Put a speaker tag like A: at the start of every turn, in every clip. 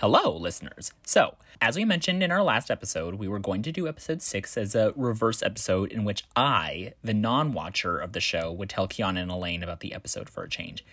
A: Hello, listeners. So, as we mentioned in our last episode, we were going to do episode six as a reverse episode in which I, the non watcher of the show, would tell Kiana and Elaine about the episode for a change.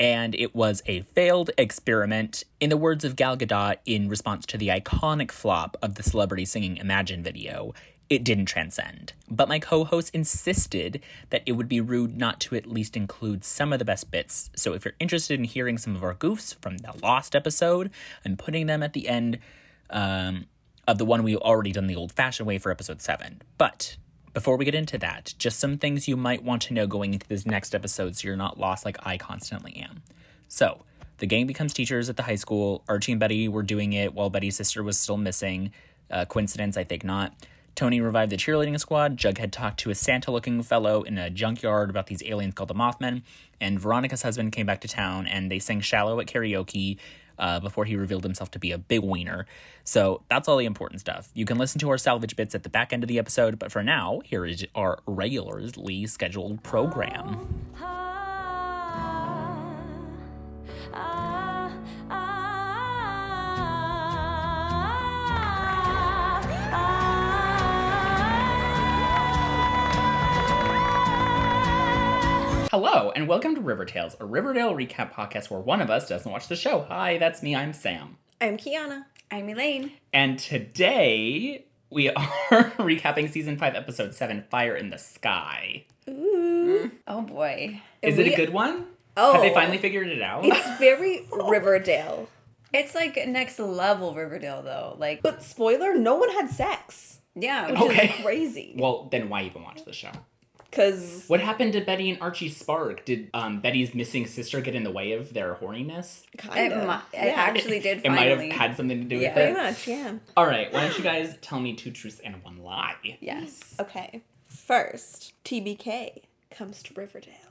A: And it was a failed experiment, in the words of Gal Gadot, in response to the iconic flop of the celebrity singing Imagine video. It didn't transcend. But my co host insisted that it would be rude not to at least include some of the best bits. So if you're interested in hearing some of our goofs from the lost episode, I'm putting them at the end um, of the one we've already done the old fashioned way for episode seven. But before we get into that, just some things you might want to know going into this next episode so you're not lost like I constantly am. So, the gang becomes teachers at the high school. Archie and Betty were doing it while Betty's sister was still missing. Uh, coincidence? I think not. Tony revived the cheerleading squad. Jughead talked to a Santa looking fellow in a junkyard about these aliens called the Mothmen. And Veronica's husband came back to town and they sang Shallow at karaoke uh, before he revealed himself to be a big wiener. So that's all the important stuff. You can listen to our salvage bits at the back end of the episode, but for now, here is our regularly scheduled program. Hello, and welcome to River Tales, a Riverdale recap podcast where one of us doesn't watch the show. Hi, that's me, I'm Sam.
B: I'm Kiana.
C: I'm Elaine.
A: And today we are recapping season 5, episode 7 Fire in the Sky.
B: Ooh.
C: Oh boy.
A: Is it
B: We-
A: a good one?
B: Oh.
A: Have they finally figured it out?
B: It's very Riverdale.
C: It's like next level Riverdale though. Like
B: But spoiler, no one had sex.
C: yeah.
B: Which
C: which
A: Okay.
B: is crazy.
A: well, then why even watch the show?
B: Because
A: What happened to Betty and Archie Spark? Did um, Betty's missing sister get in the way of their horniness?
B: kind
C: It
B: of.
C: mi-
B: Yeah,
C: it actually did
A: It might have
C: finally.
A: had something to do
C: Yeah.
A: with
B: Pretty
A: it.
B: much, yeah.
A: All right, why don't you guys tell me two truths and one lie?
C: Yes.
B: Okay. First, TBK comes to Riverdale.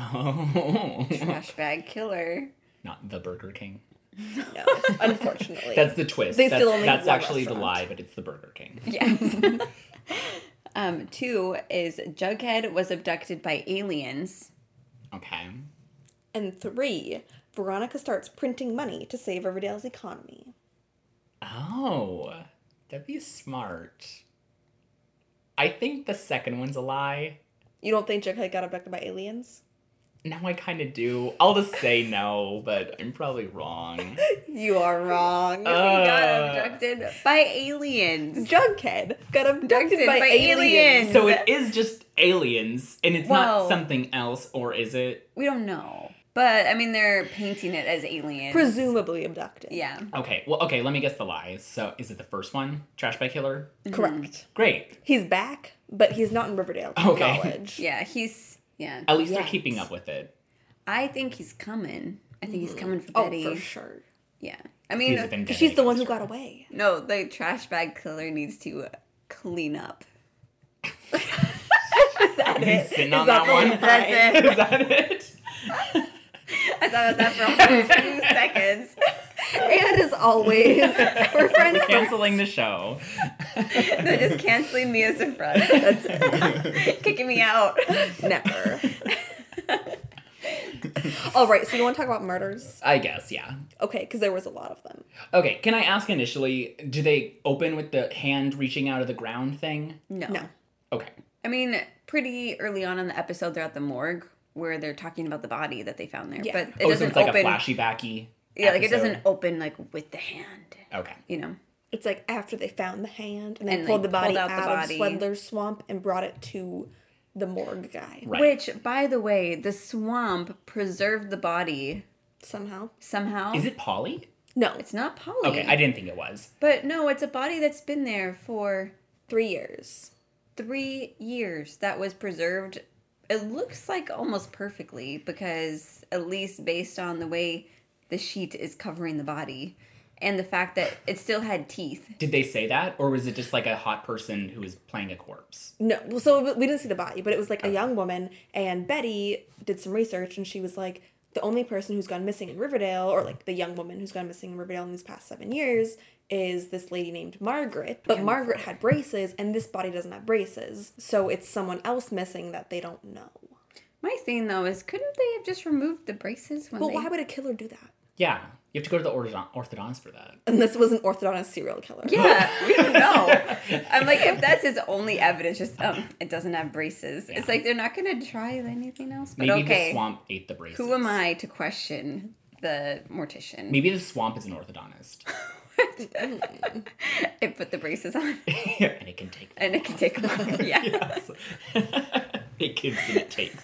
A: Oh,
C: Trash bag killer.
A: not the Burger King.
B: No, unfortunately.
A: That's the twist.
B: They
A: that's
B: still only
A: that's
B: have one
A: actually the
B: restaurant.
A: lie, but it's the Burger King.
C: Yes. um, two is Jughead was abducted by aliens.
A: Okay.
B: and three, Veronica starts printing money to save Riverdale's economy.
A: Oh, that'd be smart. I think the second one's a lie.
B: You don't think Jughead got abducted by aliens?
A: Now I kind of do. I'll just say no, but I'm probably wrong.
B: You are wrong.
A: Uh.
C: he got abducted by aliens.
B: Jughead got abducted
C: Abducted
B: by,
C: by
B: aliens.
C: aliens.
A: So it is just aliens, and it's not
C: Well-
A: something else, or is it?
C: We don't know. But I mean they're painting it as aliens.
B: Presumably abducted.
C: Yeah.
A: Okay, well, okay, let me guess the lie. So is it the first one? Trash by Killer?
B: Correct.
C: Mm-hmm.
A: Great.
B: He's back, but he's not in Riverdale. to
A: Okay.
B: Knowledge.
C: Yeah, he's yeah.
A: At least they're
B: Yikes.
A: keeping up with it.
C: I think he's coming. I think he's coming for
B: Oh,
C: Betty.
B: for sure.
C: Yeah. I
A: He's
C: mean
A: a vendetta
B: 'Cause she's the one who
A: against
B: got away.
C: No, the trash bag killer needs to uh, clean up.
A: her. He's sitting
B: Is
A: on that,
B: that the
A: one.
C: lie?
A: Is that it?
C: I thought about that for almost two seconds.
B: And as always, we're friends.
A: Canceling the show.
C: They're just canceling me as a friend. That's it. Kicking me out.
B: Never. All right, so you want to talk about murders?
A: I guess, yeah.
B: Okay, because there was a lot of them.
A: Okay, can I ask initially, do they open with the hand reaching out of the ground thing?
C: No.
B: No.
A: Okay.
C: I mean, pretty early on in the episode, they're at the morgue where they're talking about the body that they found there.
B: Yeah.
C: But it
A: oh, so
C: doesn't
A: it's like
C: open.
A: a flashy backy.
C: yeah, like it doesn't open like with the hand.
A: Okay.
C: You know.
B: It's like after they found the hand and they
C: And they
B: pulled the body
C: pulled out
B: out,
C: the body.
B: of Swedler's swamp and brought it to the morgue guy
A: Right.
C: Which, by the way, the swamp preserved the body
B: somehow.
C: somehow.
A: Is it Polly?
B: No, it's
C: It's not Polly.
A: Okay, I didn't think it was.
C: But no, it's a body that's been there for
B: three years.
C: three years that was preserved. It looks like almost perfectly because, at least based on the way the sheet is covering the body and the fact that it still had teeth.
A: Did they say that, or was it just like a hot person who was playing a corpse?
B: No, well, so we didn't see the body, but it was like
C: Oh.
B: a young woman, and Betty did some research, and she was like, the only person who's gone missing in Riverdale, or like the young woman who's gone missing in Riverdale in these past seven years, is this lady named Margaret. But Margaret had braces, and this body doesn't have braces, so it's someone else missing that they don't know.
C: My thing though is, couldn't they have just removed the braces when
B: But
C: they?
B: why would a killer do that?
A: Yeah. You have to go to the orthodon- orthodontist for that.
B: And this was an orthodontist serial killer.
C: Yeah, we don't know. I'm like, if that's his only evidence, just um, it doesn't have braces.
A: Yeah.
C: It's like they're not gonna try anything else. But
A: Maybe the
C: okay,
A: swamp ate the braces.
C: who am I to question the mortician?
A: Maybe the swamp is an orthodonist,
C: It put the braces on,
A: and it can take.
C: and it can take a while. Yeah.
A: yes. it gives and it takes.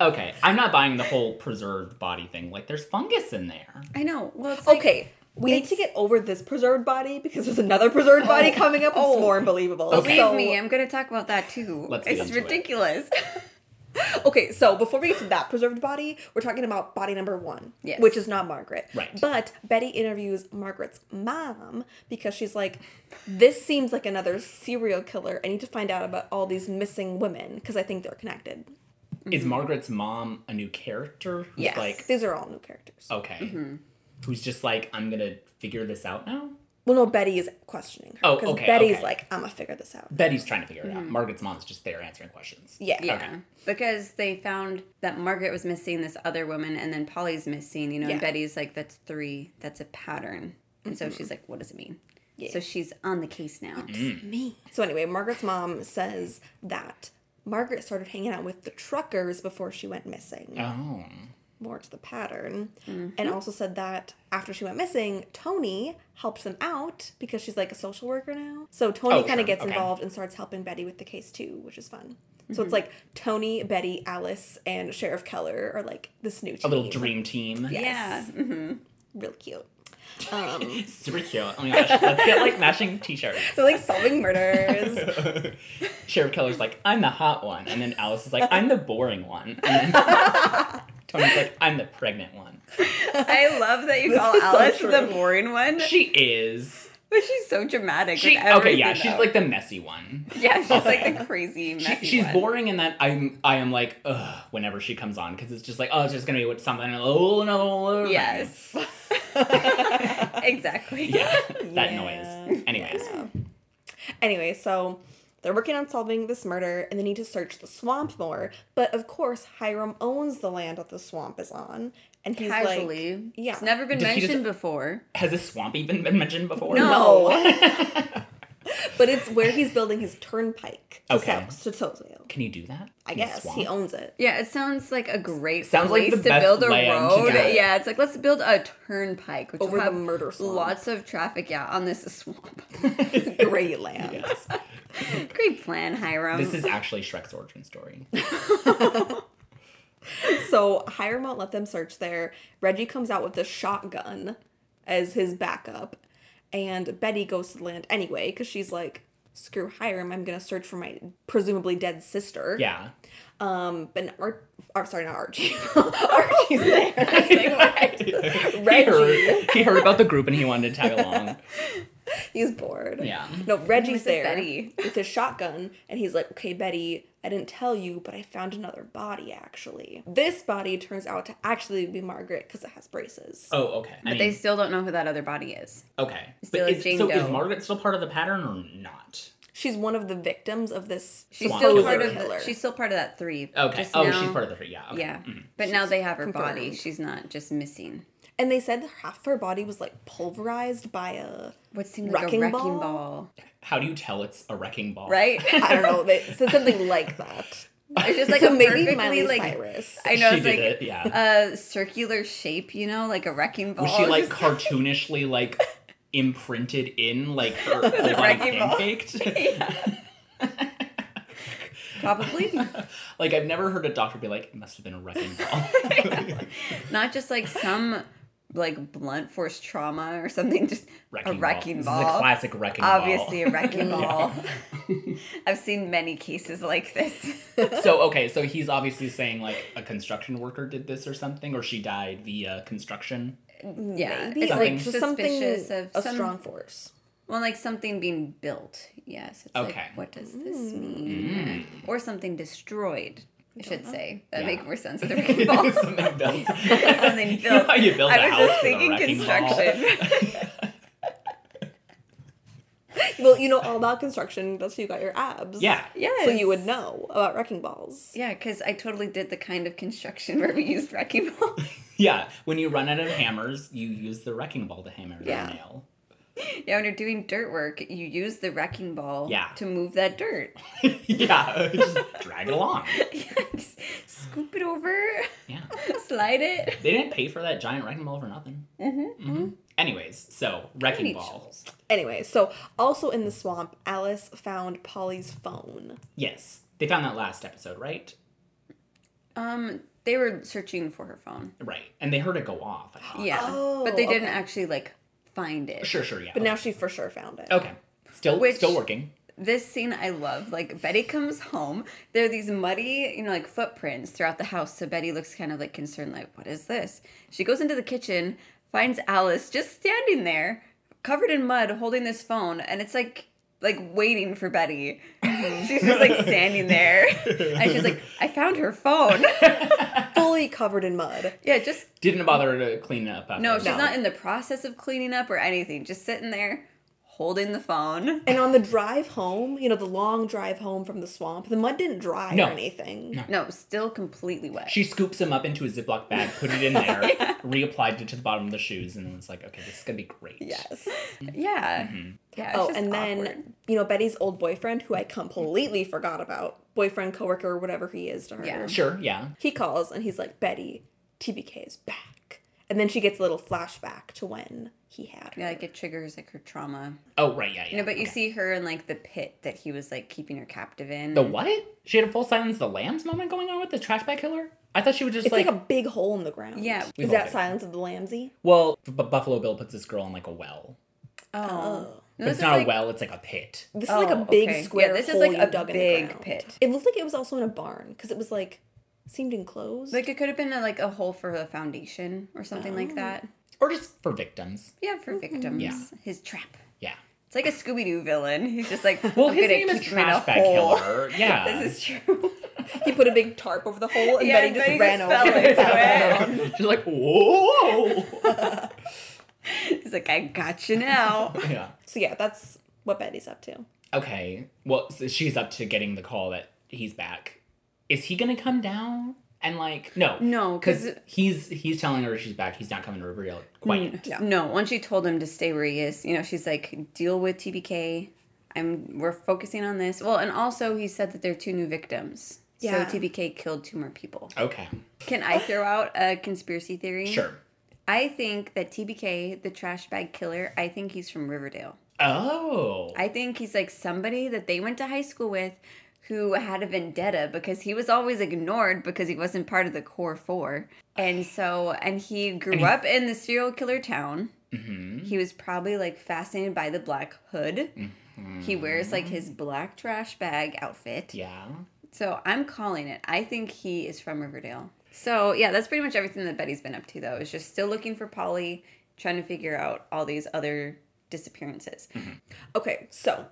A: Okay, I'm not buying the whole preserved body thing. Like, there's fungus in there.
C: I know. Well, it's like-
B: Okay. We need to get over this preserved body because there's another preserved body coming up. It's
C: Oh.
B: more unbelievable.
A: Okay.
C: Believe
B: So-
C: me, I'm gonna talk about that too.
A: Let's get
C: it's
A: into it.
C: ridiculous.
B: Okay, so before we get to that preserved body, we're talking about body number one,
C: Yes.
B: which is not Margaret.
A: Right.
B: But Betty interviews Margaret's mom because she's like, this seems like another serial killer. I need to find out about all these missing women because I think they're connected.
A: Is Margaret's mom a new character? Who's
C: Mm-hmm. Yes. Mm-hmm.
A: Like,
B: These are all new characters.
A: okay, who's just like, I'm gonna figure this out now.
B: Well, no, Betty is questioning her.
A: Oh,
B: Because
A: okay,
B: Betty's
A: okay.
B: like, I'm going to figure this out.
A: Betty's trying to figure it out. Margaret's mom's just there answering questions.
B: Yeah.
C: Mm-hmm. Yeah.
A: Okay.
C: Because they found that Margaret was missing this other woman and then Polly's missing, you know,
B: Yeah.
C: and Betty's like, that's three, that's a pattern. And so
A: Mm-hmm.
C: she's like, what does it mean?
B: Yeah.
C: So she's on the case now.
A: Mm.
B: Me. So, anyway, Margaret's mom says that Margaret started hanging out with the truckers before she went missing.
A: Oh.
B: more to the pattern
A: Mm-hmm.
B: and also said that after she went missing tony helps them out because she's like a social worker now so tony
A: Oh,
B: kind
A: sure.
B: of gets
A: Okay. Mm-hmm.
B: involved and starts helping betty with the case too which is fun so it's like tony betty alice and sheriff keller are like this new team.
A: A little dream team. Yeah.
C: Yeah.
B: real cute um
A: Super cute. Oh my gosh. Let's get like matching t-shirts.
B: so like solving murders
A: Sheriff Keller's like, I'm the hot one. And then Alice is like, I'm the boring one. And then Tony's like, I'm the pregnant one.
C: I love that you call
B: is so
C: Alice
B: true.
C: the boring one,
A: She is.
C: but she's so dramatic.
A: She
C: with everything,
A: okay, yeah, she's
C: though.
A: like the messy one.
C: yeah, she's like the crazy, messy
A: She, she's
C: one.
A: boring in that I'm I am like, ugh, whenever she comes on, because it's just like, oh, it's just gonna be with something. Oh no.
C: Yes. exactly.
A: Yeah. That
B: Yeah.
A: noise. Anyways.
B: Anyway, so they're working on solving this murder and they need to search the swamp more. But of course, Hiram owns the land that the swamp is on. And he's
C: Casually.
B: like, yeah.
C: It's never been
A: Does he just-
C: mentioned before.
A: Has this swamp even been mentioned before?
B: No. but it's where he's building his turnpike to,
A: Okay.
B: sell, to Tokyo.
A: Can you do that?
B: I
A: In a
B: guess
A: swamp?
B: he owns it.
C: Yeah, it sounds like a great
A: Sounds like
C: place
A: the
C: to
A: best
C: build a
A: land to
C: road.
A: get it.
C: Yeah, it's like let's build a turnpike which
B: Over
C: will
B: the
C: have
B: murder swamp.
C: Lots of traffic, yeah, on this swamp.
B: Great land.
A: Yes.
C: great plan, Hiram.
A: This is actually Shrek's origin story.
B: So Hiram won't let them search there. Reggie comes out with a shotgun as his backup. And Betty goes to the land anyway because she's like, screw Hiram, I'm going to search for my presumably dead sister.
A: Yeah.
B: Um, but Ar- I'm sorry, not Archie. Archie's there.
A: he, heard, he heard about the group and he wanted to tag along.
B: He's bored.
A: Yeah.
B: No, Reggie's
C: Mrs.
B: there
C: Betty.
B: with his shotgun, and he's like, "Okay, Betty, I didn't tell you, but I found another body. Actually, this body turns out to actually be Margaret because it has braces.
A: Oh, okay. I mean,
C: they still don't know who that other body is.
A: okay.
C: still
A: But
C: is
A: is-
C: Jane
A: so is
C: Doe.
A: Margaret still part of the pattern or not?
B: She's one of the victims of this.
C: She's
A: Swamp.
C: still
A: Who's
C: part
A: the
C: of
B: killer?
C: the, she's still part of that three.
A: Okay.
C: Just
A: oh,
C: now-
A: she's part of the three. Yeah. Okay. Mm.
C: Yeah. But now they have her body.
B: confirmed.
C: She's not just missing.
B: and they said that half her body was like pulverized by a
C: What seemed like
B: Wrecking
C: a wrecking
B: ball?
C: ball,
A: How do you tell it's a wrecking ball?
C: right?
B: I don't know. They said something like that.
C: it's just like
B: So
C: a
B: maybe
C: perfectly
B: Miley
C: like
B: Cyrus.
C: I know
A: She
C: it's
A: did
C: like
A: it, yeah.
C: a circular shape, you know, like a wrecking ball.
A: Was she like
C: Just-
A: cartoonishly like imprinted in like her like, on a
C: wrecking ball.
A: pancaked?
C: probably?
A: like I've never heard a doctor be like, it must have been a wrecking ball.
C: not just like some like blunt force trauma or something just a wrecking ball,
A: This is a classic wrecking
C: obviously
A: ball.
C: a wrecking ball i've seen many cases like this
A: so okay, so he's obviously saying like a construction worker did this or something, or she died via construction.
C: yeah
B: Maybe
C: it's
A: Something.
C: like suspicious of
B: a
C: some,
B: strong force.
C: well like something being built yes it's like,
A: Okay. Mm.
C: what does this mean or something destroyed I should say that
A: Yeah.
C: make more sense than wrecking balls.
A: Something built.
C: Something
A: You know
C: built.
A: how you build a
C: I was
A: house
C: just
A: with a
C: thinking
A: wrecking ball?
C: construction.
B: Well, you know all about construction. That's how you got your abs.
A: Yeah.
C: yes.
B: So you would know about wrecking balls.
C: Yeah, because I totally did the kind of construction where we used wrecking balls.
A: Yeah, when you run out of hammers, you use the wrecking ball to hammer
C: Yeah.
A: the nail.
C: Yeah, when you're doing dirt work, you use the wrecking ball
A: Yeah.
C: to move that dirt.
A: yeah, just drag it along.
C: Just Scoop it over,
A: Yeah.
C: slide it.
A: They didn't pay for that giant wrecking ball for nothing.
C: Mm-hmm.
A: hmm Anyways, so wrecking
C: Need
A: ball.
C: shovels.
B: Anyway, so also in the swamp, Alice found Polly's phone.
A: Yes, they found that last episode, right?
C: Um, they were searching for her phone.
A: Right, and they heard it go off. I thought.
C: Yeah,
B: Oh,
C: but they didn't
B: okay.
C: actually like find it.
A: Sure, sure, yeah.
B: But now she for sure found it.
A: okay, still,
C: Which-
A: still working.
C: This scene I love. Like Betty comes home. There are these muddy, you know, like footprints throughout the house. So Betty looks kind of like concerned, like, what is this? She goes into the kitchen, finds Alice just standing there, covered in mud, holding this phone, and it's like like waiting for Betty. she's just like standing there. And she's like, I found her phone.
B: Fully covered in mud.
C: yeah, just
A: Didn't bother to clean up. After.
C: no, she's
B: No.
C: not in the process of cleaning up or anything. Just sitting there holding the phone.
B: And on the drive home, you know, the long drive home from the swamp, the mud didn't dry
A: No.
B: or anything.
C: No, still completely wet.
A: She scoops him up into a Ziploc bag, put it in there, reapplied it to the bottom of the shoes, and was like, okay, this is gonna be great.
B: Yes.
C: Yeah.
A: Mm-hmm.
C: Yeah. it's
B: Oh,
C: just
B: and
C: awkward.
B: then, you know, Betty's old boyfriend, who I completely forgot about, boyfriend, coworker, whatever he is to her.
C: Yeah.
A: Sure, yeah.
B: He calls and he's like, Betty, TBK is back. And then she gets a little flashback to when he had her.
C: Yeah, like it triggers like her trauma.
A: Oh, right, yeah, yeah.
C: You know, but you
A: okay.
C: see her in like the pit that he was like keeping her captive in.
A: The what? She had a full silence of the lambs moment going on with the trash bag killer? I thought she was just
B: It's
A: like,
B: like, a big hole in the ground.
C: Yeah.
A: We've
B: Is
A: all
B: that
A: been-
B: Silence of the Lambsy?
A: well, B- Buffalo Bill puts this girl in like a well.
C: Oh. No,
A: But
C: this
A: it's
C: is,
A: not
C: like-
A: a well, it's like a pit.
B: This is like
C: Oh,
B: a big
C: okay. Yeah,
B: square.
C: this is
B: hole
C: like
B: you
C: a
B: dug in the
C: big
B: ground.
C: pit.
B: It looked like it was also in a barn because it was like seemed enclosed.
C: Like it could have been a, like a hole for a foundation or something
B: Oh.
C: like that.
A: Or just for victims.
C: Yeah, for victims.
A: Yeah.
C: His trap.
A: Yeah.
C: It's like a Scooby Doo villain. He's just like,
A: Well,
C: I'm
A: his
C: gonna
A: name is
C: keep him in a
A: Trash Bag
C: hole.
A: Killer. Yeah.
C: This is true.
B: he put a big tarp over the hole and
C: Yeah,
B: Betty just
C: Betty
B: ran
C: just
B: over.
C: fell
B: and fell
C: into
B: down.
A: She's like, whoa.
C: He's like, I got you now.
A: yeah.
B: So yeah, that's what Betty's up to.
A: Okay. Well, so she's up to getting the call that he's back. Is he gonna come down? And like, no,
C: No, 'cause-
A: because he's he's telling her she's back. He's not coming to Riverdale quite. yet.
B: Yeah.
C: No, once she told him to stay where he is, you know, she's like, deal with TBK. I'm we're focusing on this. Well, and also he said that there are two new victims.
B: Yeah.
C: So TBK killed two more people.
A: Okay,
C: Can I throw out a conspiracy theory?
A: sure.
C: I think that TBK, the trash bag killer, I think he's from Riverdale.
A: Oh,
C: I think he's like somebody that they went to high school with who had a vendetta because he was always ignored because he wasn't part of the core four. And so, and he Mm-hmm. grew up in the serial killer town. He was probably like fascinated by the black hood. He wears like his black trash bag outfit.
A: yeah.
C: So I'm calling it. I think he is from Riverdale. So yeah, that's pretty much everything that Betty's been up to though. Is just still looking for Polly, trying to figure out all these other disappearances.
B: Okay, so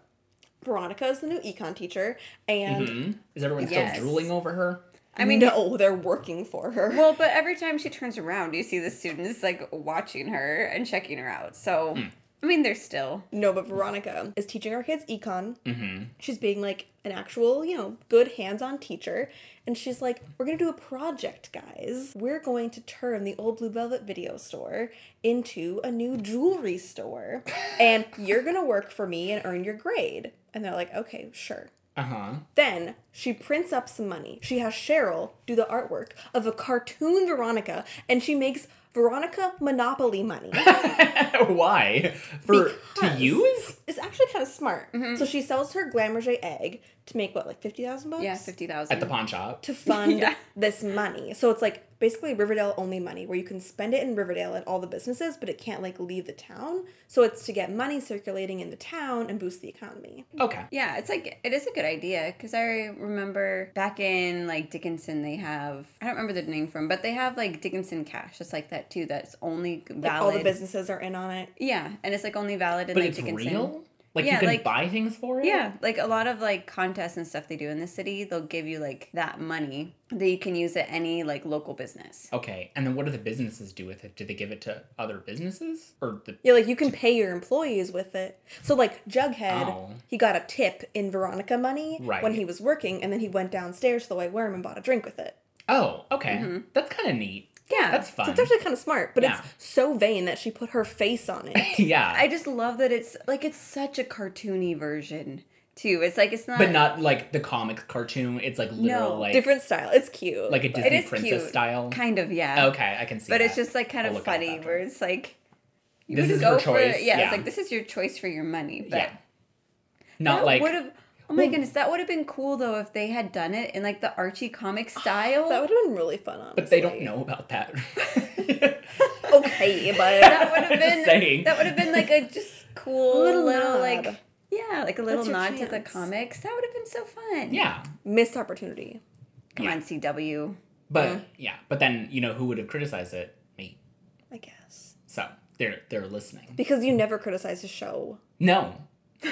B: Veronica is the new econ teacher, and
C: Mm-hmm.
A: Hmm? Is everyone still
C: Um, Yes.
A: drooling over her?
B: I mean, no, they're working for her.
C: Well, but every time she turns around, you see the students like watching her and checking her out. So,
A: Hmm.
C: I mean, they're still.
B: No, but Veronica is teaching our kids econ. She's being like an actual, you know, good hands on teacher. And she's like, we're going to do a project, guys. We're going to turn the old Blue Velvet video store into a new jewelry store. and you're going to work for me and earn your grade. And they're like, okay, sure.
A: Uh huh.
B: Then she prints up some money. She has Cheryl do the artwork of a cartoon Veronica, and she makes Veronica Monopoly money.
A: Why? For to
B: Because-
A: use?
B: It's actually kind of smart. So she sells her Glamourge egg to make what, like fifty thousand bucks?
C: Yeah, fifty
A: At
C: thousand.
A: the pawn shop.
B: To fund
C: Yeah.
B: this money. So it's like basically Riverdale only money where you can spend it in Riverdale at all the businesses, but it can't like leave the town. So it's to get money circulating in the town and boost the economy.
A: Okay.
C: yeah, it's like it is a good idea because I remember back in like Dickinson, they have I don't remember the name from, but they have like Dickinson Cash. It's like that too. That's only valid.
B: Like all the businesses are in on it.
C: Yeah, and it's like only valid in
A: But
C: like
A: it's
C: Dickinson.
A: real? Like you
C: Yeah,
A: can
C: like-
A: buy things for it?
C: Yeah, like a lot of like contests and stuff they do in the city, they'll give you like that money that you can use at any like local business.
A: Okay. And then what do the businesses do with it? Do they give it to other businesses? Or the
B: Yeah, like you can pay your employees with it. So like Jughead,
A: Oh.
B: he got a tip in Veronica money
A: Right.
B: when he was working, and then he went downstairs to the White Worm and bought a drink with it.
C: Mm-hmm.
A: Oh, okay. That's kinda neat.
C: Yeah, Yeah.
A: That's
B: So
A: fun.
B: it's actually kind of smart, but
A: Yeah.
B: it's so vain that she put her face on it.
A: yeah.
C: I just love that it's like it's such a cartoony version too. It's like it's not
A: but not like the comic cartoon. It's like literal
C: No,
A: like
B: Different style. It's cute.
A: like a
B: but-
C: it
A: Disney
C: is
A: princess
C: cute,
A: style.
C: Kind of, yeah.
A: Okay, I can see.
C: But it's
A: that.
C: just like kind
A: I'll
C: of
A: look out
C: funny
A: after.
C: where it's like you
A: This
C: would
A: is her
C: go
A: choice,
C: for yeah,
A: yeah.
C: it's like this is your choice for your money. But
A: yeah, not
C: that
A: like
C: would have Oh my goodness, that would have been cool though if they had done it in like the Archie comic style.
B: that would have been really fun, honestly.
A: but they don't know about that.
B: Okay,
C: That would
B: but
C: have
A: Just
C: been
A: saying.
C: that would have been like a just cool
B: Little
C: little,
B: nod.
C: like yeah, like a little
B: That's your
C: nod to the
B: chance.
C: comics. That would have been so fun.
A: yeah,
B: missed opportunity.
C: Come
A: Yeah.
C: on, CW.
A: but yeah, but then you know who would have criticized it? Me.
B: I guess.
A: So they're they're listening.
B: Because you never criticize a show.
A: No,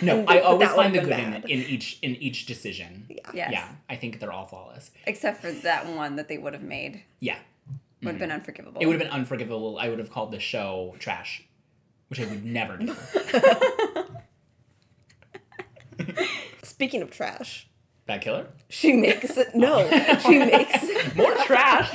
A: no,
B: And
A: I
B: that
A: always
B: would've
A: find the
B: been
A: good in,
B: bad.
A: in each in each decision. Yeah.
C: Yes.
A: Yeah, I think they're all flawless.
C: Except for that one that they would have made.
A: Yeah,
C: Would have been unforgivable.
A: Mm-hmm. it would have been unforgivable. I would have called the show trash, which I would never do.
B: Speaking of trash,
A: Bad killer.
B: she makes it. No, she makes
A: More trash.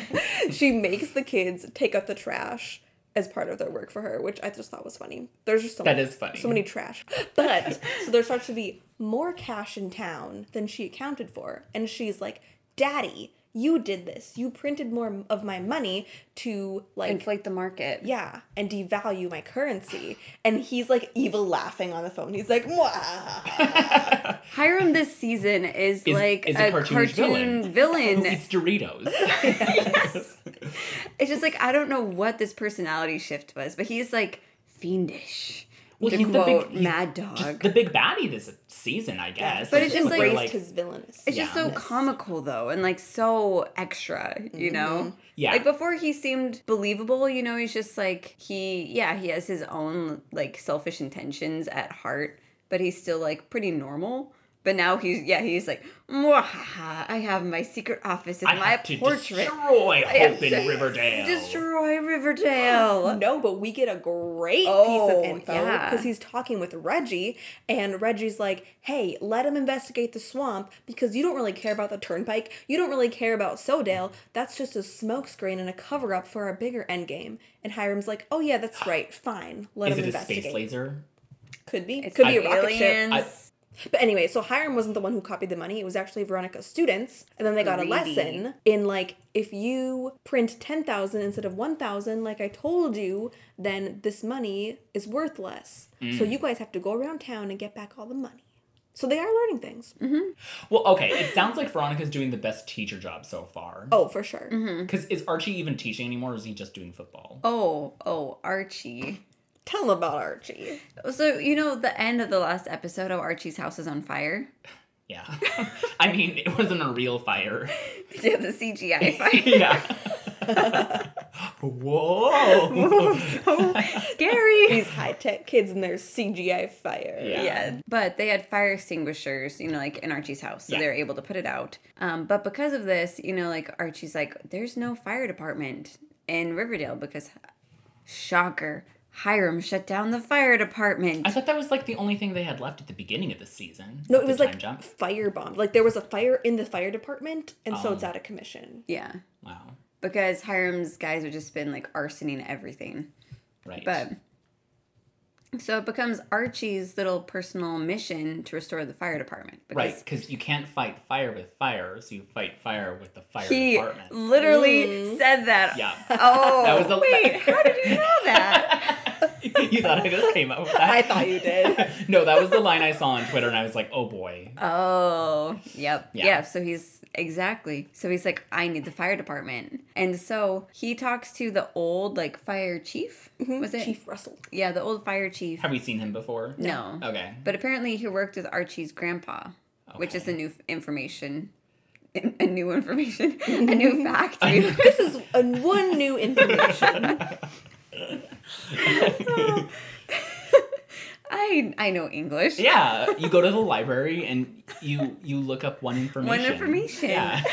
A: Yay.
B: she makes the kids take out the trash as part of their work for her, which I just thought was funny. There's just so
A: That
B: much-
A: is funny.
B: so many trash. But so there starts to be more cash in town than she accounted for, and she's like, "Daddy, you did this. You printed more of my money to like."
C: inflate the market.
B: yeah, and devalue my currency. And he's like evil laughing on the phone. He's like, Mwah.
C: Hiram this season is, like
A: is a
C: a,
A: cartoonish villain.
C: cartoon villain.
A: It's Doritos.
C: it's just like I don't know what this personality shift was, but he's like fiendish.
A: Well,
C: to
A: he's the big
C: quote
A: he's
C: mad dog.
A: Just the big baddie this season, I guess.
C: But it's just
A: where,
C: like-
B: Raised his villainous.
C: It's just so comical though, and like so extra, you know.
A: Yeah.
C: Like before, he seemed believable. You know, he's just like he, yeah, he has his own like selfish intentions at heart, but he's still like pretty normal. But now he's yeah, he's like, "Mwahaha, I have my secret office and
A: I
C: my
A: have to
C: portrait.
A: destroy
C: have
A: Hope in
C: to
A: Riverdale.
C: Destroy Riverdale.
B: No, but we get a great
C: Oh,
B: piece of info
C: yeah.
B: because he's talking with Reggie, and Reggie's like, "Hey, let him investigate the swamp because you don't really care about the turnpike. You don't really care about Sodale. That's just a smokescreen and a cover up for our bigger endgame." And Hiram's like, "Oh yeah, that's right. Fine, let
A: Is
B: him
A: it a
B: investigate.
A: space laser?
B: Could be.
C: It's
B: Could be a
C: the
B: rocket ship."
C: aliens.
A: I-
B: But anyway, so Hiram wasn't the one who copied the money. It was actually Veronica's students. And then they got a
C: Greedy.
B: lesson in like, if you print 10,000 instead of 1,000, like I told you, then this money is worth less. So
A: Mm.
B: you guys have to go around town and get back all the money. So they are learning things.
A: Mm-hmm. Well, okay. It sounds like Veronica's doing the best teacher job so far.
B: Oh, for sure.
A: Because is Archie even teaching anymore, or is he just doing football?
C: oh, oh, Archie.
B: Tell them about Archie.
C: So you know the end of the last episode of Archie's house is on fire.
A: Yeah. I mean, it wasn't a real fire.
C: Yeah, the CGI fire.
A: yeah. Whoa.
C: Scary.
B: These high tech kids and their CGI fire.
A: Yeah.
C: Yeah, but they had fire extinguishers, you know, like in Archie's house, so
A: Yeah.
C: they were able to put it out. Um, but because of this, you know, like Archie's like, there's no fire department in Riverdale because, shocker, Hiram shut down the fire department.
A: I thought that was like the only thing they had left at the beginning of the season.
B: No, it
A: the
B: was
A: time
B: like
A: jump.
B: firebombed. Like there was a fire in the fire department, and so
A: Oh.
B: it's out of commission.
C: yeah,
A: Wow.
C: because Hiram's guys have just been like arsoning everything.
A: Right.
C: But so it becomes Archie's little personal mission to restore the fire department because
A: Right, because you can't fight fire with fire, so you fight fire with the fire
C: He
A: department.
C: literally said that.
A: Yeah.
C: Oh,
A: That was the-
C: wait. How did you know that?
A: you thought I just came up with that?
B: I thought you did.
A: no, that was the line I saw on Twitter, and I was like, oh boy.
C: Oh, yep.
A: Yeah.
C: Yeah. So he's exactly. So he's like, I need the fire department, and so he talks to the old like fire chief.
A: Mm-hmm.
C: Was it?
B: Chief Russell.
C: Yeah, the old fire chief.
A: Have we seen him before?
C: No.
A: Okay.
C: But apparently he worked with Archie's grandpa, which is
A: Okay.
C: a new f- information. A new information, a new fact. we-
B: This is a, one new information.
C: I I know English.
A: Yeah, you go to the library and you you look up one information.
C: One information.
A: Yeah.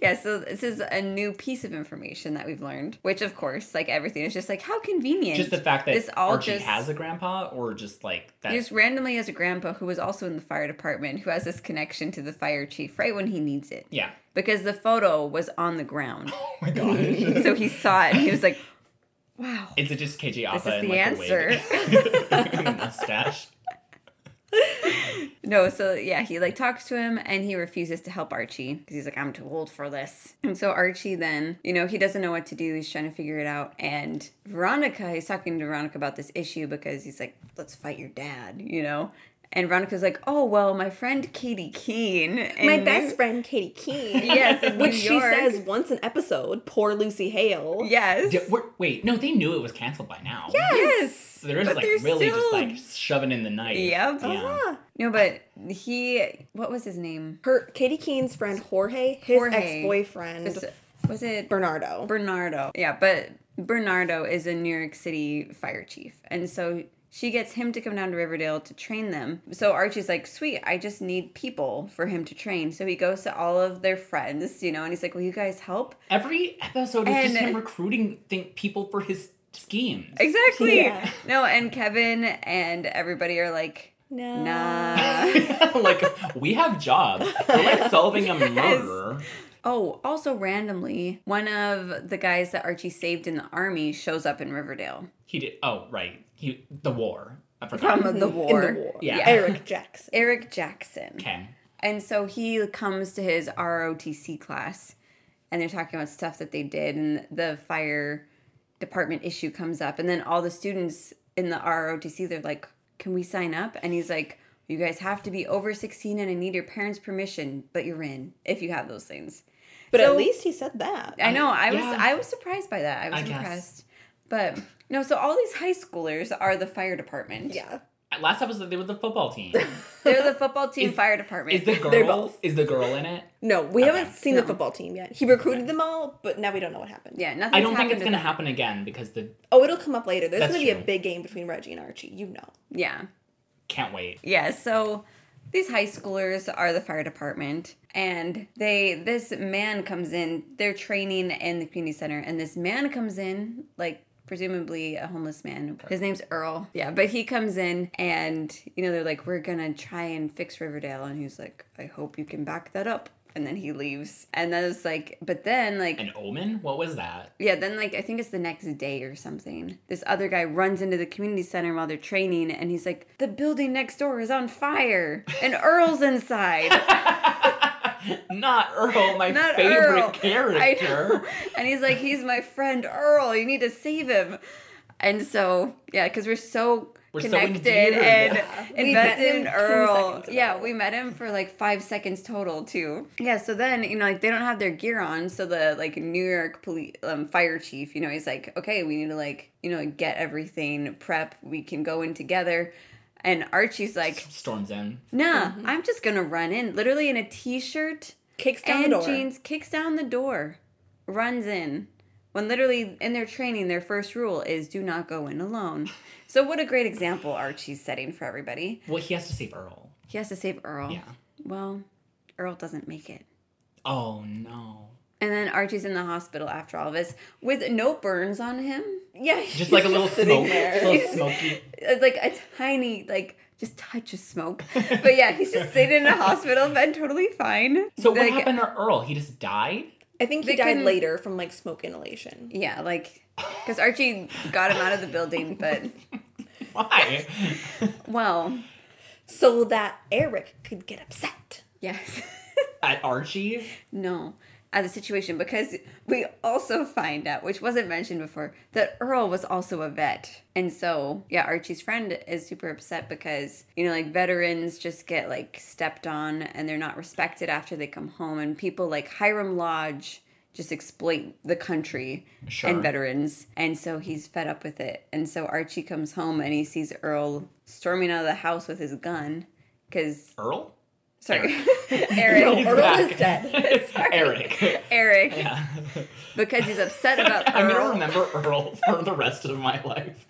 C: yeah, so this is a new piece of information that we've learned, which of course, like everything, is just like how convenient.
A: Just the fact that
C: This all
A: Archie
C: just-
A: has a grandpa, or just like that.
C: just randomly as a grandpa who was also in the fire department who has this connection to the fire chief right when he needs it
A: yeah.
C: because the photo was on the ground
A: Oh my gosh.
C: so he saw it and he was like wow
A: Is it just KJ Apa
C: is
A: and
C: the
A: like a wig and a mustache?
C: no so yeah he like talks to him and he refuses to help archie because he's like i'm too old for this and so archie then you know he doesn't know what to do he's trying to figure it out and veronica he's talking to veronica about this issue because he's like let's fight your dad you know and veronica's like oh well my friend katie keene
B: My
C: and-
B: best friend Katie Keene.
C: Yes, in
B: which
C: New
B: she
C: York.
B: says once an episode. Poor Lucy Hale.
C: Yes.
A: Did- wait- wait, no, they knew it was canceled by now.
C: Yes.
A: So they're just
C: But
A: like
C: they're
A: really just
C: still-
A: like shoving in the knife.
C: Yep. Uh-huh.
A: Yeah.
B: Ah.
C: No, but he. What was his name?
B: Her Katie Keene's friend Jorge, his
C: Jorge.
B: ex-boyfriend
C: Was, was it
B: Bernardo.
C: Bernardo? Yeah, but Bernardo is a New York City fire chief, and so she gets him to come down to Riverdale to train them. So Archie's like, "Sweet, I just need people for him to train." So he goes to all of their friends, you know, and he's like, "Will you guys help?"
A: Every episode is just
C: And-
A: him recruiting think people for his schemes.
C: Exactly.
B: Yeah.
C: No, and Kevin and everybody are like,
B: no.
C: "Nah."
A: like we have jobs. We're like solving a murder.
C: Oh, also randomly, one of the guys that Archie saved in the army shows up in Riverdale
A: He did. Oh right. He the war. I forgot.
C: from the
B: In
C: war.
B: the war.
A: Yeah.
B: Eric Jackson.
C: Eric Jackson.
A: okay.
C: And so he comes to his ROTC class and they're talking about stuff that they did and the fire department issue comes up and then all the students in the ROTC they're like, "Can we sign up?" And he's like, "You guys have to be over 16 and I need your parents' permission, but you're in if you have those things."
B: But
C: So-
B: at least he said that.
C: I know. I was
A: yeah.
C: I was surprised by that. I was
A: I guess.
C: impressed. But no, so all these high schoolers are the fire department.
B: yeah.
A: Last episode they were the football team.
C: They're the football team fire department.
A: Is the girl
B: both.
A: is the girl in it?
B: No, we haven't seen the
C: No.
B: football team yet. He recruited them all, but now we don't know what happened.
C: yeah, nothing.
A: I don't think it's gonna happen again because the
B: Oh, it'll come up later. There's
A: That's
B: going to be
A: true.
B: a big game between Reggie and Archie. You know.
C: Yeah.
A: can't wait.
C: Yeah, so these high schoolers are the fire department and they this man comes in, they're training in the community center and this man comes in like presumably a homeless man. His name's Earl. Yeah, but he comes in and you know they're like we're going to try and fix Riverdale and he's like I hope you can back that up. And then he leaves. And then it's like but then like
A: An omen? What was that?
C: yeah, then like I think it's the next day or something. This other guy runs into the community center while they're training and he's like, "The building next door is on fire and Earl's inside."
A: Not Earl, my
C: Not
A: favorite
C: Earl. I know.
A: character.
C: And he's like, "He's my friend Earl. You need to save him." And so, yeah, cuz we're so
A: We're so
C: connected
A: endeared.
C: and
A: Yeah.
B: We met
C: invested
B: him
C: in
B: 10
C: Earl.
B: seconds ago.
C: Yeah, we met him for like 5 seconds total, too. Yeah, so then, you know, like they don't have their gear on, so the like New York police um, fire chief, you know, he's like, "Okay, we need to like, you know, get everything prep. We can go in together." And Archie's like,
A: Storms in.
C: "Nah,
B: Mm-hmm.
C: I'm just going to run in literally in a t-shirt."
B: Kicks down the
C: and
B: door.
C: Jeans kicks down the door, runs in. When literally in their training, their first rule is do not go in alone. So what a great example Archie's setting for everybody.
A: Well, he has to save Earl.
C: He has to save Earl.
A: Yeah.
C: Well, Earl doesn't make it.
A: Oh no.
C: And then Archie's in the hospital after all this with no burns on him.
B: Yeah.
A: Just like a little smoke,
B: there.
A: little smoky.
C: It's uh, Like a tiny, like just touch of smoke. But yeah, he's just sitting in a hospital bed totally fine.
A: So what
C: Like,
A: happened to Earl? He just died.
B: I think he
C: They
B: died
C: couldn't-
B: later from like smoke inhalation.
C: Yeah, like because Archie got him out of the building, but
A: Why?
C: well,
B: So that Eric could get upset.
C: Yes.
A: At Archie?
C: no. At the situation because we also find out, which wasn't mentioned before, that Earl was also a vet. And so, yeah, Archie's friend is super upset because, you know, like veterans just get like stepped on and they're not respected after they come home. And people like Hiram Lodge just exploit the country
A: Sure.
C: and veterans. And so he's fed up with it. And so Archie comes home and he sees Earl storming out of the house with his gun because,
A: Earl?
C: sorry, Eric.
B: No, Earl
A: back.
B: is dead.
A: Eric.
C: Eric
A: Yeah.
C: because he's upset about
A: I'm gonna
C: Earl.
A: remember Earl for the rest of my life.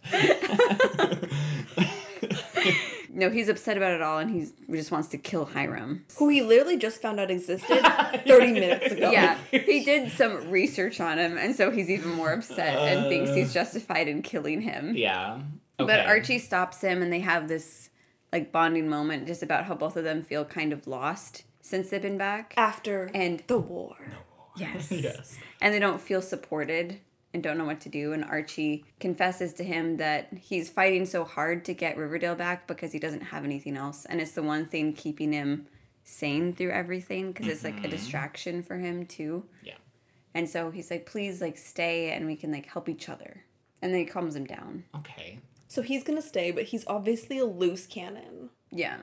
C: No, he's upset about it all, and he's, he just wants to kill Hiram.
B: who he literally just found out existed 30 minutes ago.
C: Yeah, he did some research on him, and so he's even more upset and thinks he's justified in killing him.
A: Yeah. Uh. Okay.
C: But Archie stops him, and they have this like bonding moment just about how both of them feel kind of lost since they've been back.
B: After
C: And-
B: the war.
C: Yes.
A: Yes.
C: And they don't feel supported and don't know what to do. And Archie confesses to him that he's fighting so hard to get Riverdale back because he doesn't have anything else. And it's the one thing keeping him sane through everything because it's like a distraction for him too.
A: Yeah.
C: And so he's like, please, like, stay and we can like help each other. And then he calms him down.
A: Okay.
B: So he's gonna stay, but he's obviously a loose cannon.
C: Yeah.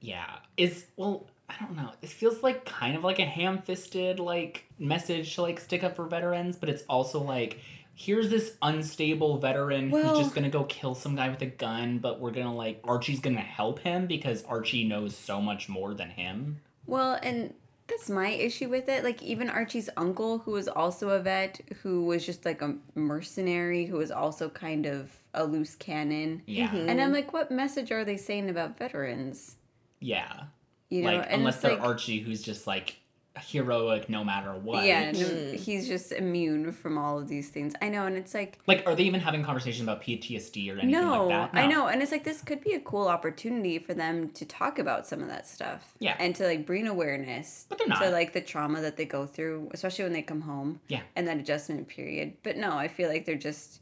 A: Yeah. Is well, I don't know. It feels like kind of like a ham-fisted like message to like stick up for veterans, but it's also like here's this unstable veteran
C: Well-
A: who's just gonna go kill some guy with a gun, but we're gonna like Archie's gonna help him because Archie knows so much more than him.
C: Well, and that's my issue with it. Like, even Archie's uncle, who was also a vet, who was just like a mercenary, who was also kind of a loose cannon.
A: Yeah.
C: And I'm like, what message are they saying about veterans?
A: Yeah.
C: You know,
A: like
C: and
A: unless
C: it's
A: they're
C: like,
A: Archie who's just like heroic no matter what.
C: yeah, no, he's just immune from all of these things. I know, and it's like,
A: Like are they even having conversations about PTSD or anything
C: no,
A: like that?
C: I know, and it's like this could be a cool opportunity for them to talk about some of that stuff,
A: Yeah.
C: and to like bring awareness
A: But they're
C: to
A: not.
C: like the trauma that they go through, especially when they come home,
A: Yeah.
C: and that adjustment period. But no, I feel like they're just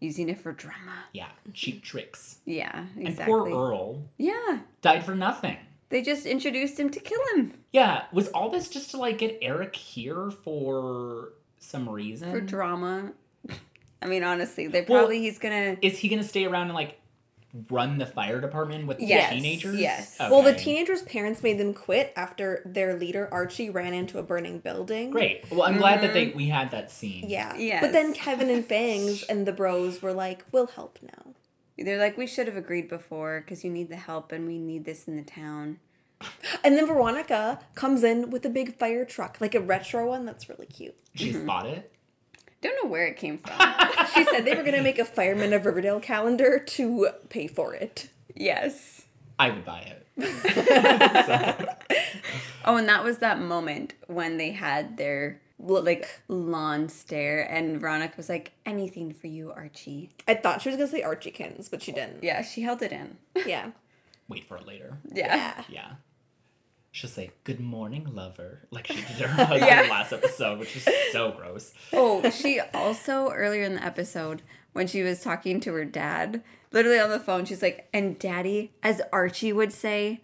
C: using it for drama.
A: Yeah. Cheap tricks.
C: Yeah,
A: And
C: exactly.
A: poor Earl
C: yeah,
A: died for nothing.
C: they just introduced him to kill him
A: Yeah, was all this just to like get Eric here for some reason?
C: for drama. I mean, honestly, they
A: Well,
C: probably he's gonna.
A: Is he gonna stay around and like run the fire department with
C: Yes,
A: the teenagers?
C: yes.
B: Well, the
A: Okay.
B: teenagers' parents made them quit after their leader, Archie, ran into a burning building.
A: Great. Well, I'm glad that they
C: Mm-hmm.
A: we had that scene.
B: Yeah.
C: Yes.
B: But then Kevin and Fangs and the bros were like, we'll help now.
C: They're like, we should have agreed before because you need the help and we need this in the town.
B: And then Veronica comes in with a big fire truck, like a retro one that's really cute.
A: She's
C: Mm-hmm.
A: bought it.
C: Don't know where it came from.
B: She said they were going to make a Firemen of Riverdale calendar to pay for it.
C: yes.
A: I would buy it.
C: Oh, and that was that moment when they had their like lawn stare, and Veronica was like, "Anything for you, Archie."
B: I thought she was going to say Archie Kins, but she didn't.
C: Yeah, she held it in.
B: Yeah.
A: Wait for it later.
C: Yeah.
A: Yeah. She'll say, Good morning, lover, like she did to her husband
C: Yeah.
A: last episode, which is so gross.
C: Oh, she also earlier in the episode when she was talking to her dad, literally on the phone, she's like, "And Daddy, as Archie would say."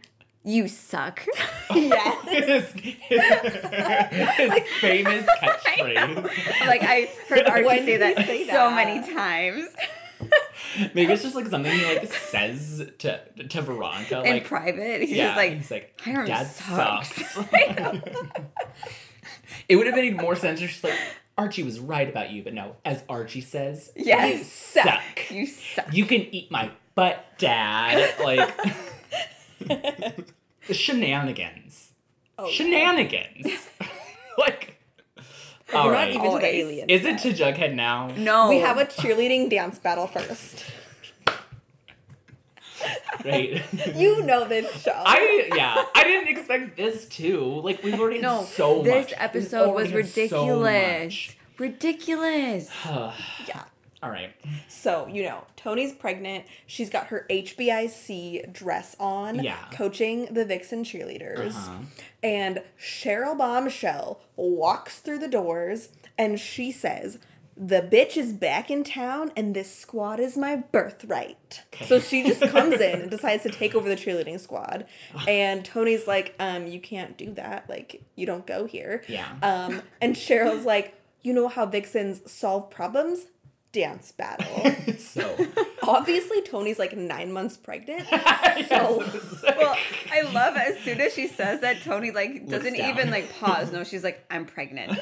C: You suck. yeah.
A: his, his famous catchphrase.
C: Like I heard Archie
B: When
C: say
B: did
C: that
B: he say
C: so
B: that?
C: many times.
A: Maybe it's just like something he like says to to Veronica.
C: In
A: like
C: private. He's
A: yeah,
C: just like,
A: he's like
C: "Hiram
A: Dad
C: sucks."
A: it would have made more sense if she's like Archie was right about you, but no, as Archie says,
C: Yes.
A: you suck.
C: You suck.
A: You can eat my butt, Dad. Like the shenanigans.
B: Oh,
A: Shenanigans. like all
B: We're
A: right.
B: not even to the
C: Always.
B: aliens.
A: Is it to Oh. Jughead now?
C: No.
B: We have a cheerleading dance battle first.
A: Right.
B: You know this show.
A: I yeah, I didn't expect this too. Like we've already had
C: no.
A: so
C: this
A: much. We've
C: episode was
A: already had so
C: ridiculous.
A: much.
C: ridiculous.
B: yeah.
A: All right.
B: So, you know, Tony's pregnant. She's got her HBIC dress on,
A: Yeah.
B: coaching the Vixen cheerleaders.
A: Uh-huh.
B: And Cheryl Bombshell walks through the doors and she says, The bitch is back in town and this squad is my birthright. So she just comes in and decides to take over the cheerleading squad. And Tony's like, um, You can't do that. Like, you don't go here.
A: Yeah.
B: Um, and Cheryl's like, You know how Vixens solve problems? Dance battle.
A: So
B: Obviously, Tony's like nine months pregnant.
A: so
C: Well, I love as soon as she says that Tony like doesn't
A: down.
C: even like pause. No, she's like, I'm pregnant.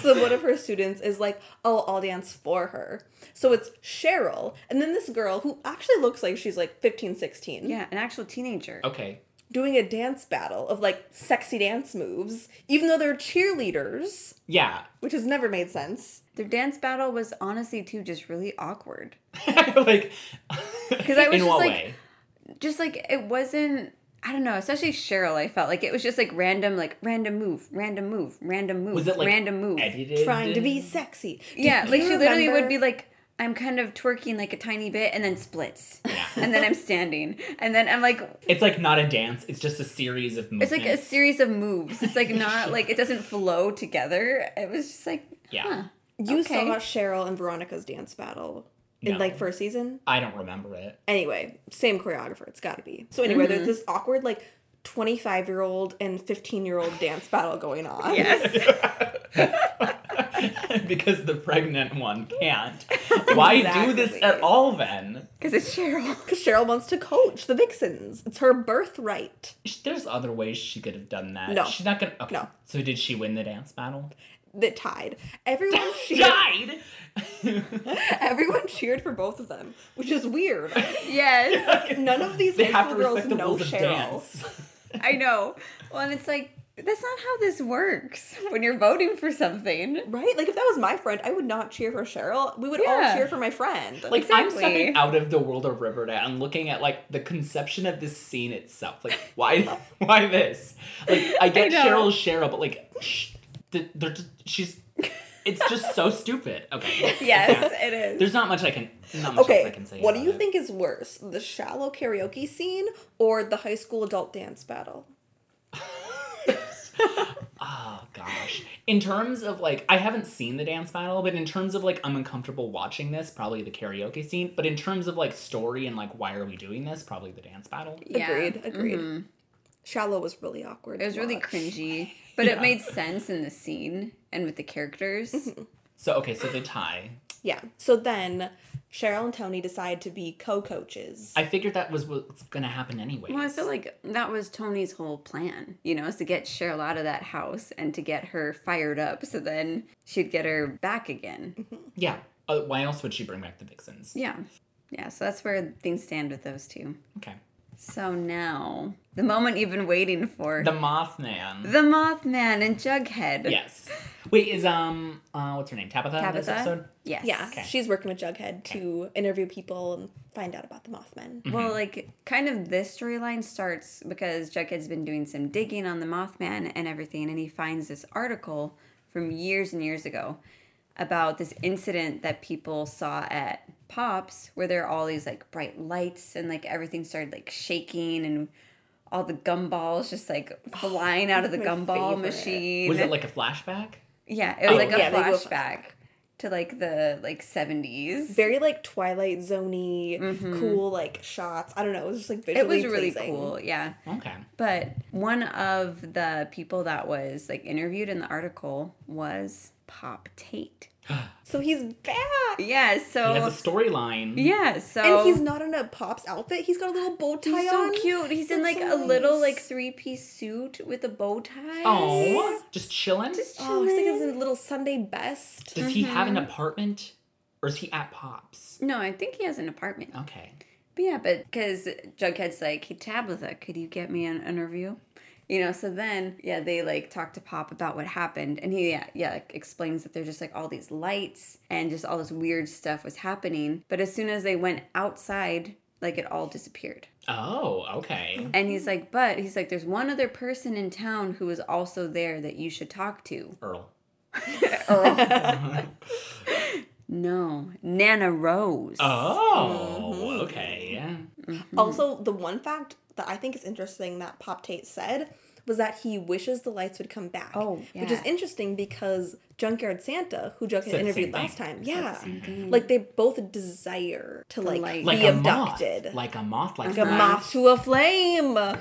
B: so one of her students is like, "Oh, I'll dance for her." So it's Cheryl, and then this girl who actually looks like she's like 15, 16,
C: yeah, an actual teenager.
A: okay.
B: doing a dance battle of like sexy dance moves, even though they're cheerleaders,
A: Yeah.
B: which has never made sense.
C: Their dance battle was honestly too just really awkward.
A: like
C: I was
A: in
C: just
A: what
C: like-
A: way?
C: just like it wasn't I don't know, especially Cheryl, I felt like it was just like random, like random move, random move, random move,
A: Was it like
C: random move.
A: edited?
B: trying to be sexy. Do
C: Yeah, like
B: you
C: she literally would
B: remember-
C: be like, I'm kind of twerking like a tiny bit and then splits.
A: Yeah.
C: and then I'm standing. And then I'm like,
A: It's like not a dance. It's just a series of movements.
C: it's like a series of moves. It's like not like it doesn't flow together. It was just like,
A: Yeah.
C: huh.
B: You
C: Okay.
B: saw Cheryl and Veronica's dance battle in
A: No.
B: like first season.
A: I don't remember it.
B: Anyway, same choreographer. It's got to be. So anyway,
A: Mm-hmm.
B: there's this awkward like 25 year old and 15 year old dance battle going on.
C: Yes.
A: because the pregnant one can't. Why do this
C: Exactly.
A: at all then?
C: Because it's Cheryl.
B: Because Cheryl wants to coach the Vixens. It's her birthright.
A: Sh- There's other ways she could have done that.
B: No.
A: She's not gonna. Okay.
B: No.
A: So did she win the dance battle?
B: That tied. Everyone cheered.
A: Died.
B: Everyone cheered for both of them, which is weird.
C: Yes.
B: None of these
A: they
B: high
A: have to
B: school
A: respect
B: girls
A: the
B: know
A: rules of
B: Cheryl.
A: dance.
C: I know. Well, and it's like, that's not how this works when you're voting for something.
B: Right? Like if that was my friend, I would not cheer for Cheryl. We would
C: Yeah.
B: all cheer for my friend.
A: Like I'm
C: Exactly.
A: stepping out of the world of Riverdale and looking at like the conception of this scene itself. Like why, why this? Like I get
C: know.
A: Cheryl's Cheryl, but like sh- th- they're just, she's. It's just so stupid. Okay.
C: Yes,
A: Yeah.
C: it is.
A: There's not much I can. Not much else I
B: okay,
A: can say.
B: what do
A: about
B: you
A: it.
B: think is worse, the shallow karaoke scene or the high school adult dance battle?
A: Oh gosh. In terms of like I haven't seen the dance battle, but in terms of like I'm uncomfortable watching this, probably the karaoke scene. But in terms of like story and like why are we doing this, probably the dance battle.
C: Yeah. Mm-hmm.
B: Agreed, agreed. Shallow was really awkward.
C: It
B: to
C: was really
B: watch.
C: cringy, but it made sense in the scene and with the characters.
A: So okay, so they tie.
B: Yeah. So then Cheryl and Tony decide to be co-coaches.
A: I figured that was what's gonna happen anyway.
C: Well, I feel like that was Tony's whole plan, you know, is to get Cheryl out of that house and to get her fired up so then she'd get her back again.
A: Yeah. Uh, why else would she bring back the vixens?
C: Yeah. Yeah, so that's where things stand with those two.
A: Okay.
C: So now, the moment you've been waiting for
A: The
C: the,
A: Mothman.
C: Mothman and Jughead.
A: yes. Wait, is um uh what's her name? Tabitha, in this
C: Tabitha?
A: episode?
C: Yes.
B: yeah,
A: Okay.
B: she's working with Jughead to interview people and find out about the
A: Mm.
B: Mothman.
C: Well, like, kind of this storyline starts because Jughead's been doing some digging on the Mothman and everything, and he finds this article from years and years ago about this incident that people saw at Pops where there are all these like bright lights and like everything started like shaking and all the gumballs just like flying out of the
B: Oh, my
C: gumball
B: favorite.
C: machine.
A: Was it like a flashback?
C: yeah, it was
A: Oh,
C: like a
B: yeah, they go
C: flashback to like the like 70s.
B: Very like Twilight Zoney, cool like shots. I don't know. It was just like
C: Mm-hmm. It
B: visually
C: was really
B: pleasing.
C: cool. Yeah.
A: Okay.
C: But one of the people that was like interviewed in the article was Pop Tate.
B: So he's back.
C: Yeah,
A: He has
C: so
A: a storyline.
C: yeah, so
B: And he's not in a pops outfit. He's got a little bow tie
C: He's so
B: on.
C: cute. He's in
B: That's
C: like
B: so
C: a little
B: nice.
C: like three piece suit with a bow tie.
A: Oh, just chilling.
C: just Mm-hmm.
B: Oh, he's like
C: chilling.
B: his little Sunday best.
A: Does he have an apartment or is he at Pops?
C: no, I think he has an apartment.
A: Okay.
C: But yeah, but because Jughead's like, hey, Tabitha, could you get me an interview? You know, so then, yeah, they like talk to Pop about what happened. And he, yeah, yeah like, explains that there's just like all these lights and just all this weird stuff was happening. But as soon as they went outside, like it all disappeared.
A: Oh, okay.
C: And he's like, but he's like, there's one other person in town who was also there that you should talk to.
A: Earl. Oh,
C: No, Nana Rose.
A: Oh,
C: Mm-hmm.
A: okay. Yeah.
B: Also, the one fact that I think is interesting that Pop Tate said was that he wishes the lights would come back.
C: Oh,
B: Which is
C: yeah.
B: interesting because Junkyard Santa, who Jughead
A: the same
B: interviewed
A: thing.
B: last time, yeah. Like they both desire to like,
C: light.
A: Like
B: be
A: a
B: abducted.
A: moth. Like a moth. Like
B: a
A: a moth.
B: moth to a flame.
C: They're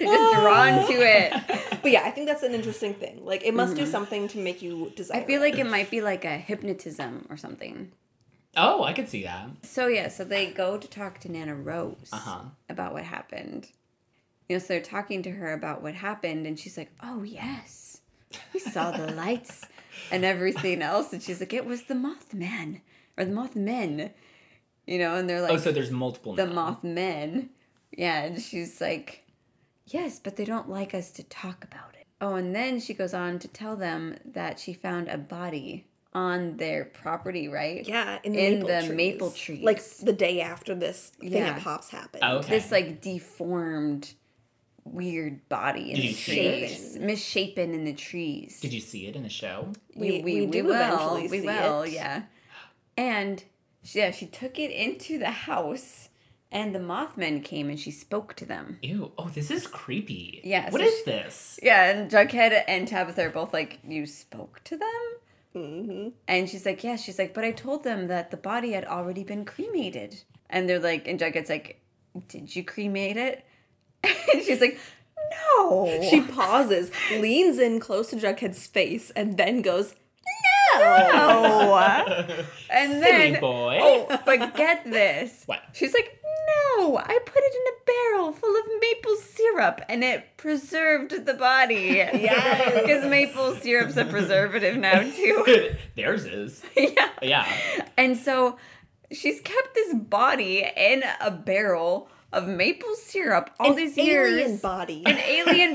C: just drawn to it.
B: But yeah, I think that's an interesting thing. Like it must do something to make you desire.
C: Mm-hmm. I feel like it might be like a hypnotism or something.
A: Oh, I could see that.
C: So yeah, so they go to talk to Nana Rose
A: Uh-huh.
C: about what happened. You know, so they're talking to her about what happened, and she's like, "Oh yes, we saw the lights and everything else," and she's like, "It was the Mothman or the Mothmen," you know, and they're like,
A: Oh, so there's multiple.
C: "The
A: now.
C: Mothmen," yeah, and she's like, "Yes, but they don't like us to talk about it." Oh, and then she goes on to tell them that she found a body on their property, right?
B: Yeah, in the,
C: In
B: maple,
C: the
B: trees.
C: maple
B: Like
C: trees.
B: the day after this thing
C: Yeah. Oh,
B: at Pops happened.
A: Oh, Okay.
C: This like deformed, weird body in
A: Did
C: the
A: you see it?
C: trees, misshapen in the trees.
A: Did you see it in the show?
B: We- we do eventually
C: we
B: see
C: will,
B: it.
C: yeah. And she- yeah, she took it into the house, and the Mothmen came and she spoke to them.
A: Ew. Oh, this is creepy.
C: Yeah,
A: What
C: so
A: is this?
C: Yeah, and Jughead and Tabitha are both like, "You spoke to them," and she's like, "Yeah." She's like, "But I told them that the body had already been cremated," and they're like, and Jughead's like, "Did you cremate it?" and she's like, "No."
B: She pauses, leans in close to Jughead's face, and then goes,
C: no. and
A: Silly
C: then,
A: boy.
C: oh, but get this.
A: What?
C: She's like, no, I put it in a barrel full of maple syrup, and it preserved the body. Yeah, because maple syrup's a preservative now too.
A: Theirs is.
C: yeah,
A: Yeah.
C: and so she's kept this body in a barrel of maple syrup all
B: "An
C: these years
B: alien body.
C: an alien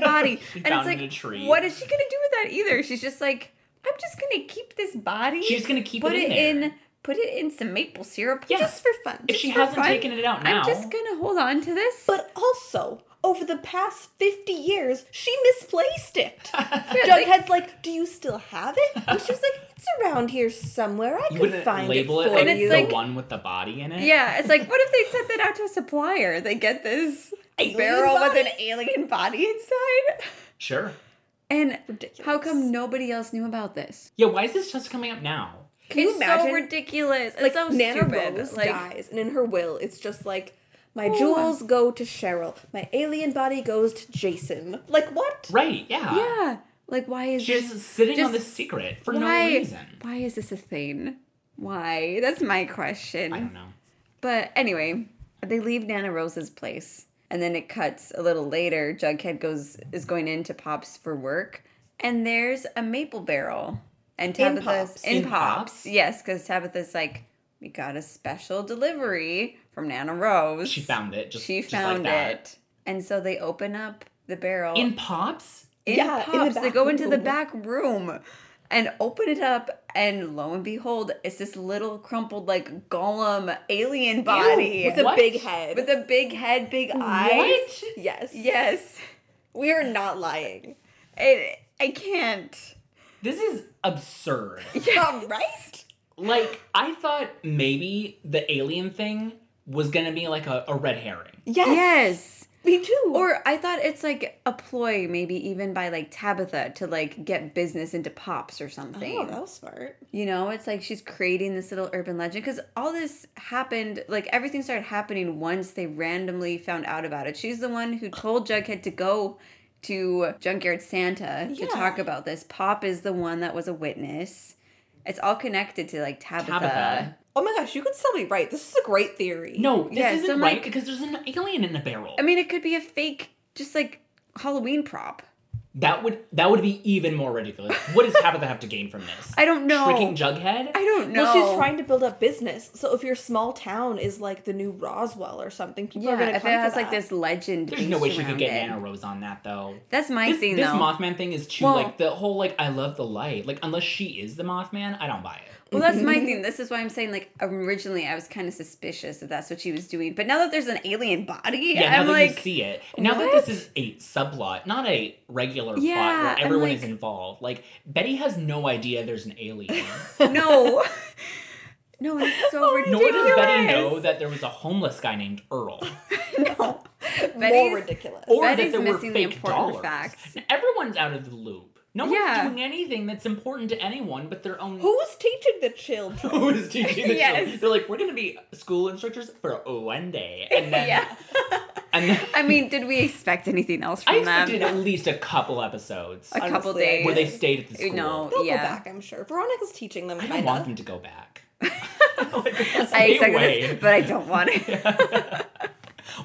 C: body. and
A: found
C: it's
A: it
C: like,
A: in a tree.
C: what is she gonna do with that either? She's just like, I'm just gonna keep this body.
A: She's gonna keep
C: put
A: it in
C: it
A: there.
C: in, put it in some maple syrup.
A: Yeah.
B: Just for fun.
A: If she
C: for
A: hasn't
C: fun.
A: taken it out now.
C: I'm just gonna hold on to this.
B: But also, over the past 50 years, she misplaced it.
C: Yeah, like-
B: Jughead's like, Do you still have it? And she's like, It's around here somewhere. I
A: you
B: could
A: wouldn't
B: find
A: label
B: it
A: it,
B: for
A: like
C: And it's
B: you.
A: the
C: like-
A: one with the body in it.
C: yeah, it's like, what if they sent that out to a supplier? They get this
B: Alien
C: barrel with an
B: body.
C: alien body inside.
A: Sure.
C: And
B: Ridiculous.
C: how come nobody else knew about this?
A: Yeah. Why is this just coming up now?
B: Can you
C: it's so
B: imagine?
C: ridiculous. It's
B: like
C: so
B: Nana
C: stupid.
B: Rose
C: like,
B: dies, and in her will, it's just like, my
C: Oh.
B: jewels go to Cheryl, my alien body goes to Jason. Like what?
A: Right. Yeah.
C: yeah. Like, why is
A: She's sitting on
C: Just-
A: this secret for
C: why,
A: no reason.
C: Why is this a thing? Why? That's my question.
A: I don't know.
C: But anyway, they leave Nana Rose's place, and then it cuts a little later. Jughead goes is going into Pops for work, and there's a maple barrel. And
B: In
C: Tabitha's
B: Pops.
C: in,
A: In
C: Pops.
A: Pops?
C: yes, because Tabitha's like, we got a special delivery from Nana Rose.
A: She found it. Just
C: She
A: just like
C: found
A: that.
C: it, and so they open up the barrel
A: in pops.
C: in
B: Yeah, in the
C: Pops. they
B: back
C: go into the
B: room.
C: back room and open it up, and lo and behold, it's this little crumpled like golem alien body
B: With a
A: What?
B: big head.
C: with a big head, big eyes.
A: What?
B: yes.
C: Yes,
B: We are not lying.
C: it. I can't.
A: This is absurd.
B: Yeah, right?
A: like I thought maybe the alien thing was gonna be like a, a red herring.
B: Yes.
C: Yes.
B: Me too.
C: Or I thought it's like a ploy, maybe even by like Tabitha to like get business into Pops or something.
B: Oh, that was smart.
C: You know, it's like she's creating this little urban legend because all this happened, like everything started happening once they randomly found out about it. She's the one who told Jughead to go to Junkyard Santa
B: Yeah.
C: to talk about this. Pop is the one that was a witness. It's all connected to like Tabitha.
A: Tabitha.
B: Oh my gosh, you could still be right. This is a great theory.
A: No, this
C: Yeah,
A: isn't
C: so,
A: right
C: like-
A: because there's an alien in the barrel.
C: I mean, it could be a fake, just like Halloween prop.
A: that would that would be even more ridiculous. What does Tabitha have to gain from this?
C: I don't know.
A: Tricking Jughead?
C: I don't know.
B: Well, she's trying to build up business. So if your small town is like the new Roswell or something, people are
C: Yeah,
B: going to
C: if it
B: come
C: has
B: for
C: like
B: that.
C: this legend.
A: There's no
C: based
A: way she could
C: around
A: get
C: it.
A: Nana Rose on that though.
C: That's my
A: This,
C: thing,
A: this
C: though.
A: Mothman thing is too
C: Well-
A: like the whole like I love the light. Like unless she is the Mothman, I don't buy it.
C: Well, that's my thing. This is why I'm saying, like, originally I was kind of suspicious that that's what she was doing. But now that there's an alien body,
A: Yeah,
C: I'm
A: now that
C: like,
A: you see it, and now
C: what?
A: that this is a subplot, not a regular plot
C: Yeah,
A: where
C: I'm
A: everyone is
C: like-
A: involved. Like Betty has no idea there's an alien.
C: no. no, it's
A: Oh,
C: so ridiculous.
A: Nor does Betty know that there was a homeless guy named Earl,
C: no.
B: more
C: Betty's,
B: ridiculous.
A: or that
C: Betty's
A: there were
C: missing the
A: fake
C: important
A: dollars.
C: facts.
A: Everyone's out of the loop. No
C: Yeah.
A: one's doing anything that's important to anyone but their own.
B: Who was teaching the children?
A: Who is teaching the
C: Yes.
A: children? They're like, we're gonna be school instructors for one day, and then
C: yeah.
A: and then,
C: I mean, did we expect anything else
A: I
C: from
A: expected
C: them?
A: at least a couple episodes
C: A couple
B: Honestly, I
C: days.
A: where they stayed at the
C: You
A: school.
C: know,
B: They'll
C: yeah.
B: go back, I'm sure. Veronica's teaching them.
A: Oh, I
B: Kinda.
A: don't want them to go back. Like,
C: I
A: stay
C: expected
A: away.
C: this, but I don't want it.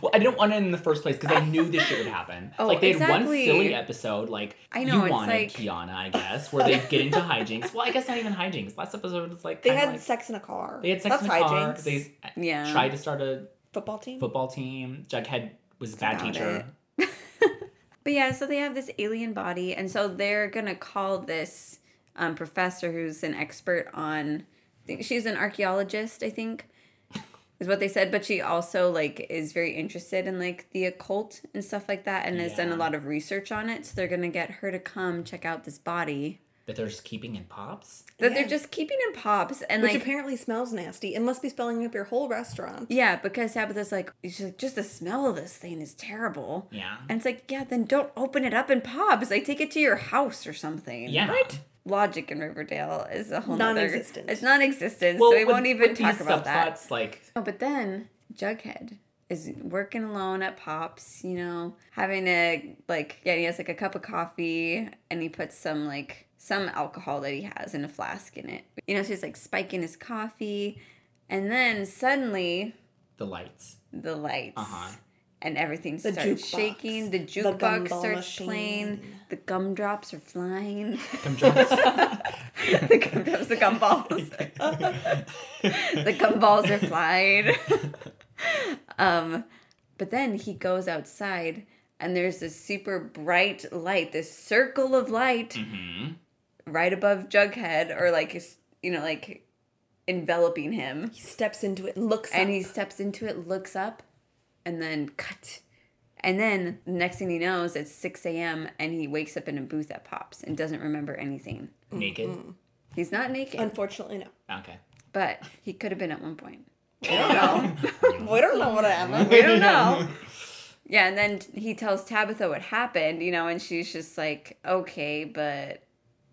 A: Well, I didn't want it in the first place because I knew this shit would happen.
C: Oh,
A: like they had one
C: exactly.
A: silly episode, like
C: I know,
A: you
C: it's
A: wanted
C: like-
A: Kiana, I guess, where they get into hijinks. Well, I guess not even hijinks. Last episode was like
B: They
A: kinda
B: had
A: like-
B: sex in a car.
A: they had sex
B: That's
A: in a car.
B: hijinks.
A: They
C: Yeah.
A: tried to start a
B: Football team.
A: football team. Jughead was a bad
C: about
A: teacher.
C: But yeah, so they have this alien body, and so they're gonna call this um, professor who's an expert on. I think she's an archaeologist. I think is what they said, but she also like is very interested in like the occult and stuff like that, and has done a
A: Yeah.
C: lot of research on it. So they're gonna get her to come check out this body
A: That they're just keeping in pops.
C: that
B: Yeah.
C: they're just keeping in pops and
B: Which
C: like
B: apparently smells nasty and must be spelling up your whole restaurant.
C: yeah because Tabitha's like she's like just the smell of this thing is terrible
A: Yeah.
C: and it's like yeah then don't open it up in pops like take it to your house or something
A: Yeah.
C: right logic in Riverdale is a whole nother-
B: Non-existent.
C: it's non-existent so we
A: with-
C: won't even
A: with
C: talk
A: these
C: about that
A: subplots, Like,
C: oh but then Jughead is working alone at Pops you know having a like yeah he has like a cup of coffee and he puts some like some alcohol that he has in a flask in it you know so he's like spiking his coffee and then suddenly
A: the lights.
C: the lights
A: Uh-huh.
C: and everything
B: The
C: starts
B: jukebox.
C: shaking. The
B: The
C: jukebox
B: gumball
C: starts
B: machine.
C: playing. The gumdrops are flying.
A: Come join us.
C: the gumdrops, the gumballs. the gumballs are flying. um, but then he goes outside, and there's this super bright light, this circle of light
A: Mhm.
C: right above Jughead, or like is- you know, like enveloping him.
B: He steps into it and looks
C: and
B: up.
C: he steps into it, looks up, and then cut. And then next thing he knows, it's 6 a.m. and he wakes up in a booth at Pops and doesn't remember anything.
A: Naked.
C: He's not naked,
B: Unfortunately, no.
A: Okay.
C: but he could have been at one point.
B: We don't know what happened.
C: We don't know. yeah, and then he tells Tabitha what happened, you know, and she's just like, okay, but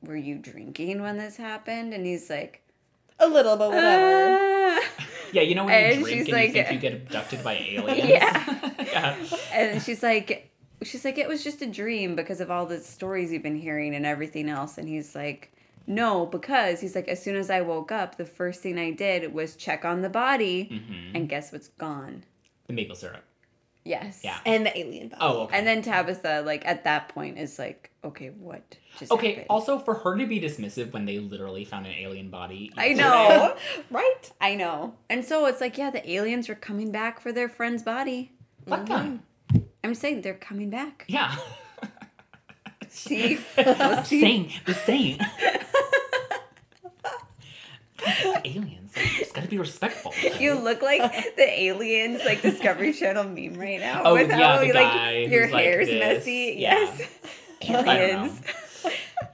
C: were you drinking when this happened? And he's like,
B: A little, but whatever.
C: "Ah."
A: Yeah, you know when
C: And
A: you drink
C: she's
A: and
C: like-
A: you think you get abducted by aliens.
C: Yeah.
A: Yeah.
C: and she's like she's like it was just a dream because of all the stories you've been hearing and everything else and he's like no because he's like as soon as i woke up the first thing i did was check on the body and guess what's gone
A: The maple syrup.
C: yes
A: Yeah.
B: and the alien body.
A: Oh, okay.
C: and then tabitha like at that point is like okay what just
A: okay.
C: happened?
A: Also, for her to be dismissive when they literally found an alien body.
C: i know
B: right?
C: i know and so it's like yeah the aliens are coming back for their friend's body
A: Let
C: Mm-hmm.
A: them.
C: i'm saying they're coming back
A: Yeah.
C: see Well, see?
A: Same. The same. aliens. Like, it's gotta be respectful.
C: You look like the aliens, like Discovery Channel meme right now.
A: Oh, yeah, the
C: like
A: guy
C: your
A: who's like
C: hair's
A: this.
C: messy.
A: Yeah.
C: Yes,
A: I don't know.
C: aliens.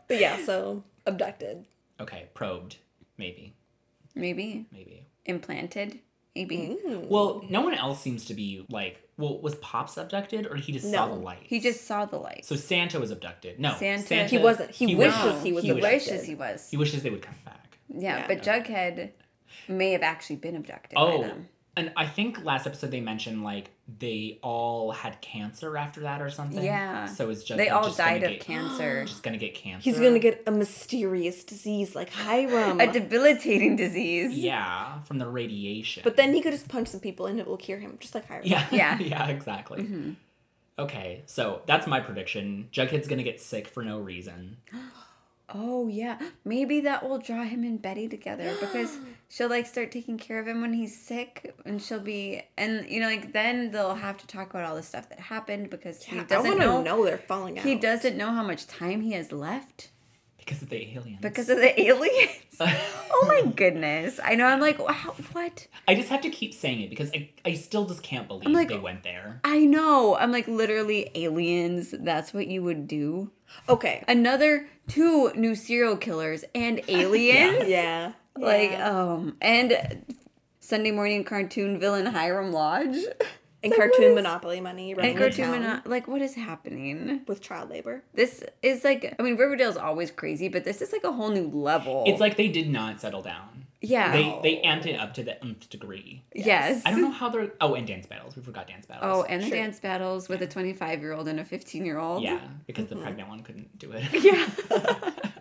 B: But yeah, so abducted.
A: Okay. Probed. Maybe.
C: Maybe
A: Maybe.
C: implanted. Maybe
A: Hmm? Well, no one else seems to be like. Well, was Pops abducted, or he just saw
B: No.
A: the light?
C: he just saw the light.
A: So Santa was abducted. No,
C: Santa-
B: He wasn't. He
A: was-
B: wishes he was
A: he
B: abducted.
C: wishes he was.
A: He wishes they would come back.
C: Yeah,
B: Yeah.
C: but Jughead may have actually been abducted by
A: Oh,
C: them.
A: and I think last episode they mentioned like they all had cancer after that or something.
C: Yeah.
A: So is Jughead
C: They all
A: just gonna
C: died of
A: get-
C: cancer.
A: Just gonna get cancer.
B: He's gonna get a mysterious disease like Hiram.
C: A debilitating disease.
A: Yeah, from the radiation.
B: but then he could just punch some people and it will cure him, just like Hiram.
A: Yeah.
C: Yeah.
A: yeah. Exactly.
B: Mm-hmm.
A: Okay, so that's my prediction. Jughead's gonna get sick for no reason.
C: Oh yeah, maybe that will draw him and Betty together because she'll like start taking care of him when he's sick, and she'll be and you know like then they'll have to talk about all the stuff that happened because he
B: Yeah, I
C: doesn't
B: want to
C: know,
B: know. they're falling out.
C: he doesn't know how much time he has left
A: Because of the aliens.
C: because of the aliens. oh my goodness, I know. I'm like, wow, what?
A: I just have to keep saying it because I, I still just can't believe
C: like-
A: they went there.
C: I know. I'm like literally aliens. That's what you would do.
B: okay.
C: Another two new serial killers and aliens.
B: Yeah.
C: Like,
B: Yeah.
C: um, and Sunday morning cartoon villain Hiram Lodge
B: and cartoon monopoly money.
C: and
B: running the
C: cartoon,
B: town
C: mono- like, what is happening?
B: with child labor.
C: This is like, I mean, Riverdale's always crazy, but this is like a whole new level.
A: It's like they did not settle down.
C: yeah,
A: They they amped it up to the nth degree.
C: yes.
A: I don't know how they're. Oh, and dance battles. We forgot dance
C: Oh,
A: battles.
C: and the
B: Sure.
C: dance battles with a 25 year old and a 15 year old.
A: yeah, because the pregnant one couldn't do it.
C: Mm-hmm. Yeah.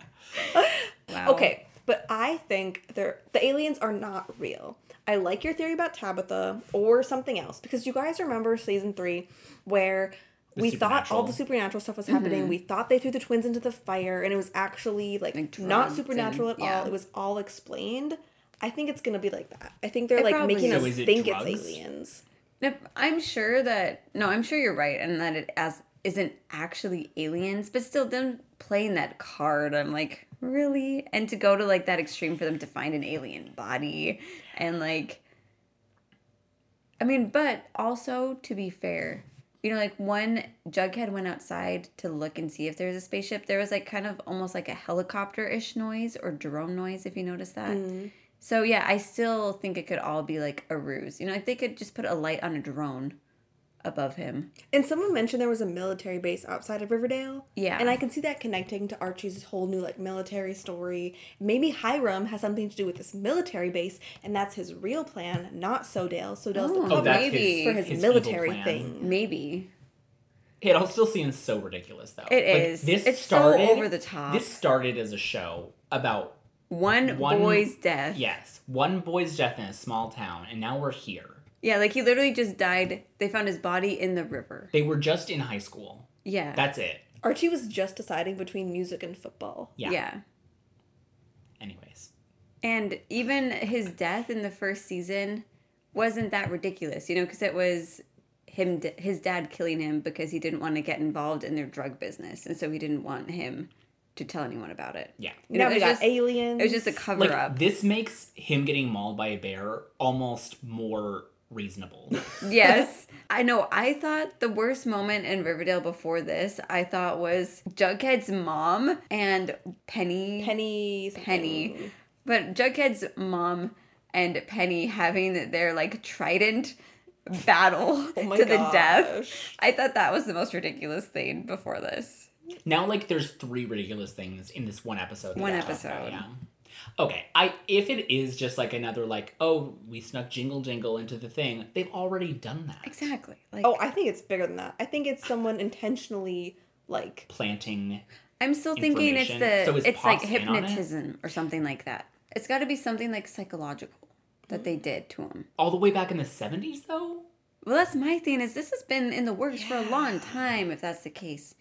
C: wow.
B: Okay, but I think they're the aliens are not real. I like your theory about Tabitha or something else because you guys remember season three where we thought all the supernatural stuff was happening.
C: Mm-hmm.
B: We thought they threw the twins into the fire and it was actually like,
C: Like
B: not
C: drums
B: supernatural
C: and-
B: at all.
C: yeah.
B: It was all explained. I think it's gonna be like that. I think they're
C: It
B: like
C: probably
B: making
C: is.
B: us
A: So is it
B: think
A: drugs?
B: it's aliens.
C: Now, I'm sure that no, I'm sure you're right, and that it as isn't actually aliens, but still them playing that card, I'm like, really? And to go to like that extreme for them to find an alien body and like I mean, but also to be fair, you know, like one Jughead went outside to look and see if there was a spaceship. There was like kind of almost like a helicopter ish noise or drone noise, if you notice that. So yeah, I still think it could all be like a ruse. You know, like they could just put a light on a drone above him.
B: And someone mentioned there was a military base outside of Riverdale.
C: Yeah.
B: And I can see that connecting to Archie's whole new like military story. Maybe Hiram has something to do with this military base, and that's his real plan, not Sodale. Sodale's
C: Oh,
B: the cover
C: that's his-
B: for his,
A: his evil
B: military
A: plan.
B: thing.
C: Maybe.
A: It all still seems so ridiculous, though.
C: It
A: It
C: is.
A: is. This
C: It's so
A: started
C: over the top.
A: This started as a show about
C: One,
A: One-
C: boy's death.
A: yes, one boy's death in a small town, and now we're here.
C: Yeah, like he literally just died. They found his body in the river.
A: They were just in high school.
C: Yeah.
A: That's it.
B: Archie was just deciding between music and football.
A: Yeah.
C: yeah.
A: Anyways,
C: And even his death in the first season wasn't that ridiculous, you know, because it was him, his dad killing him because he didn't want to get involved in their drug business, and so he didn't want him to tell anyone about it.
A: yeah.
C: You know,
B: now
C: it
B: we
C: was
B: got
C: just-
B: aliens.
C: It was just a cover
A: Like
C: up.
A: this makes him getting mauled by a bear almost more reasonable.
C: yes. I know. I thought the worst moment in Riverdale before this, I thought was Jughead's mom and Penny.
B: Penny. something.
C: Penny. But Jughead's mom and Penny having their like trident battle
B: Oh my
C: to the death.
B: gosh.
C: I thought that was the most ridiculous thing before this.
A: now, like, there's three ridiculous things in this one episode. that
C: One
A: I talked
C: episode.
A: yeah. Okay, I if it is just like another like oh we snuck jingle jingle into the thing they've already done that
C: Exactly. Like
B: Oh, I think it's bigger than that. I think it's someone intentionally like
A: planting
C: I'm still thinking it's the
A: Information. So is
C: it's like
A: Pops in on it?
C: hypnotism or something like that. It's got to be something like psychological that they did to him.
A: all the way back in the 70s though
C: Well, that's my thing is this has been in the works for a long time if that's the case.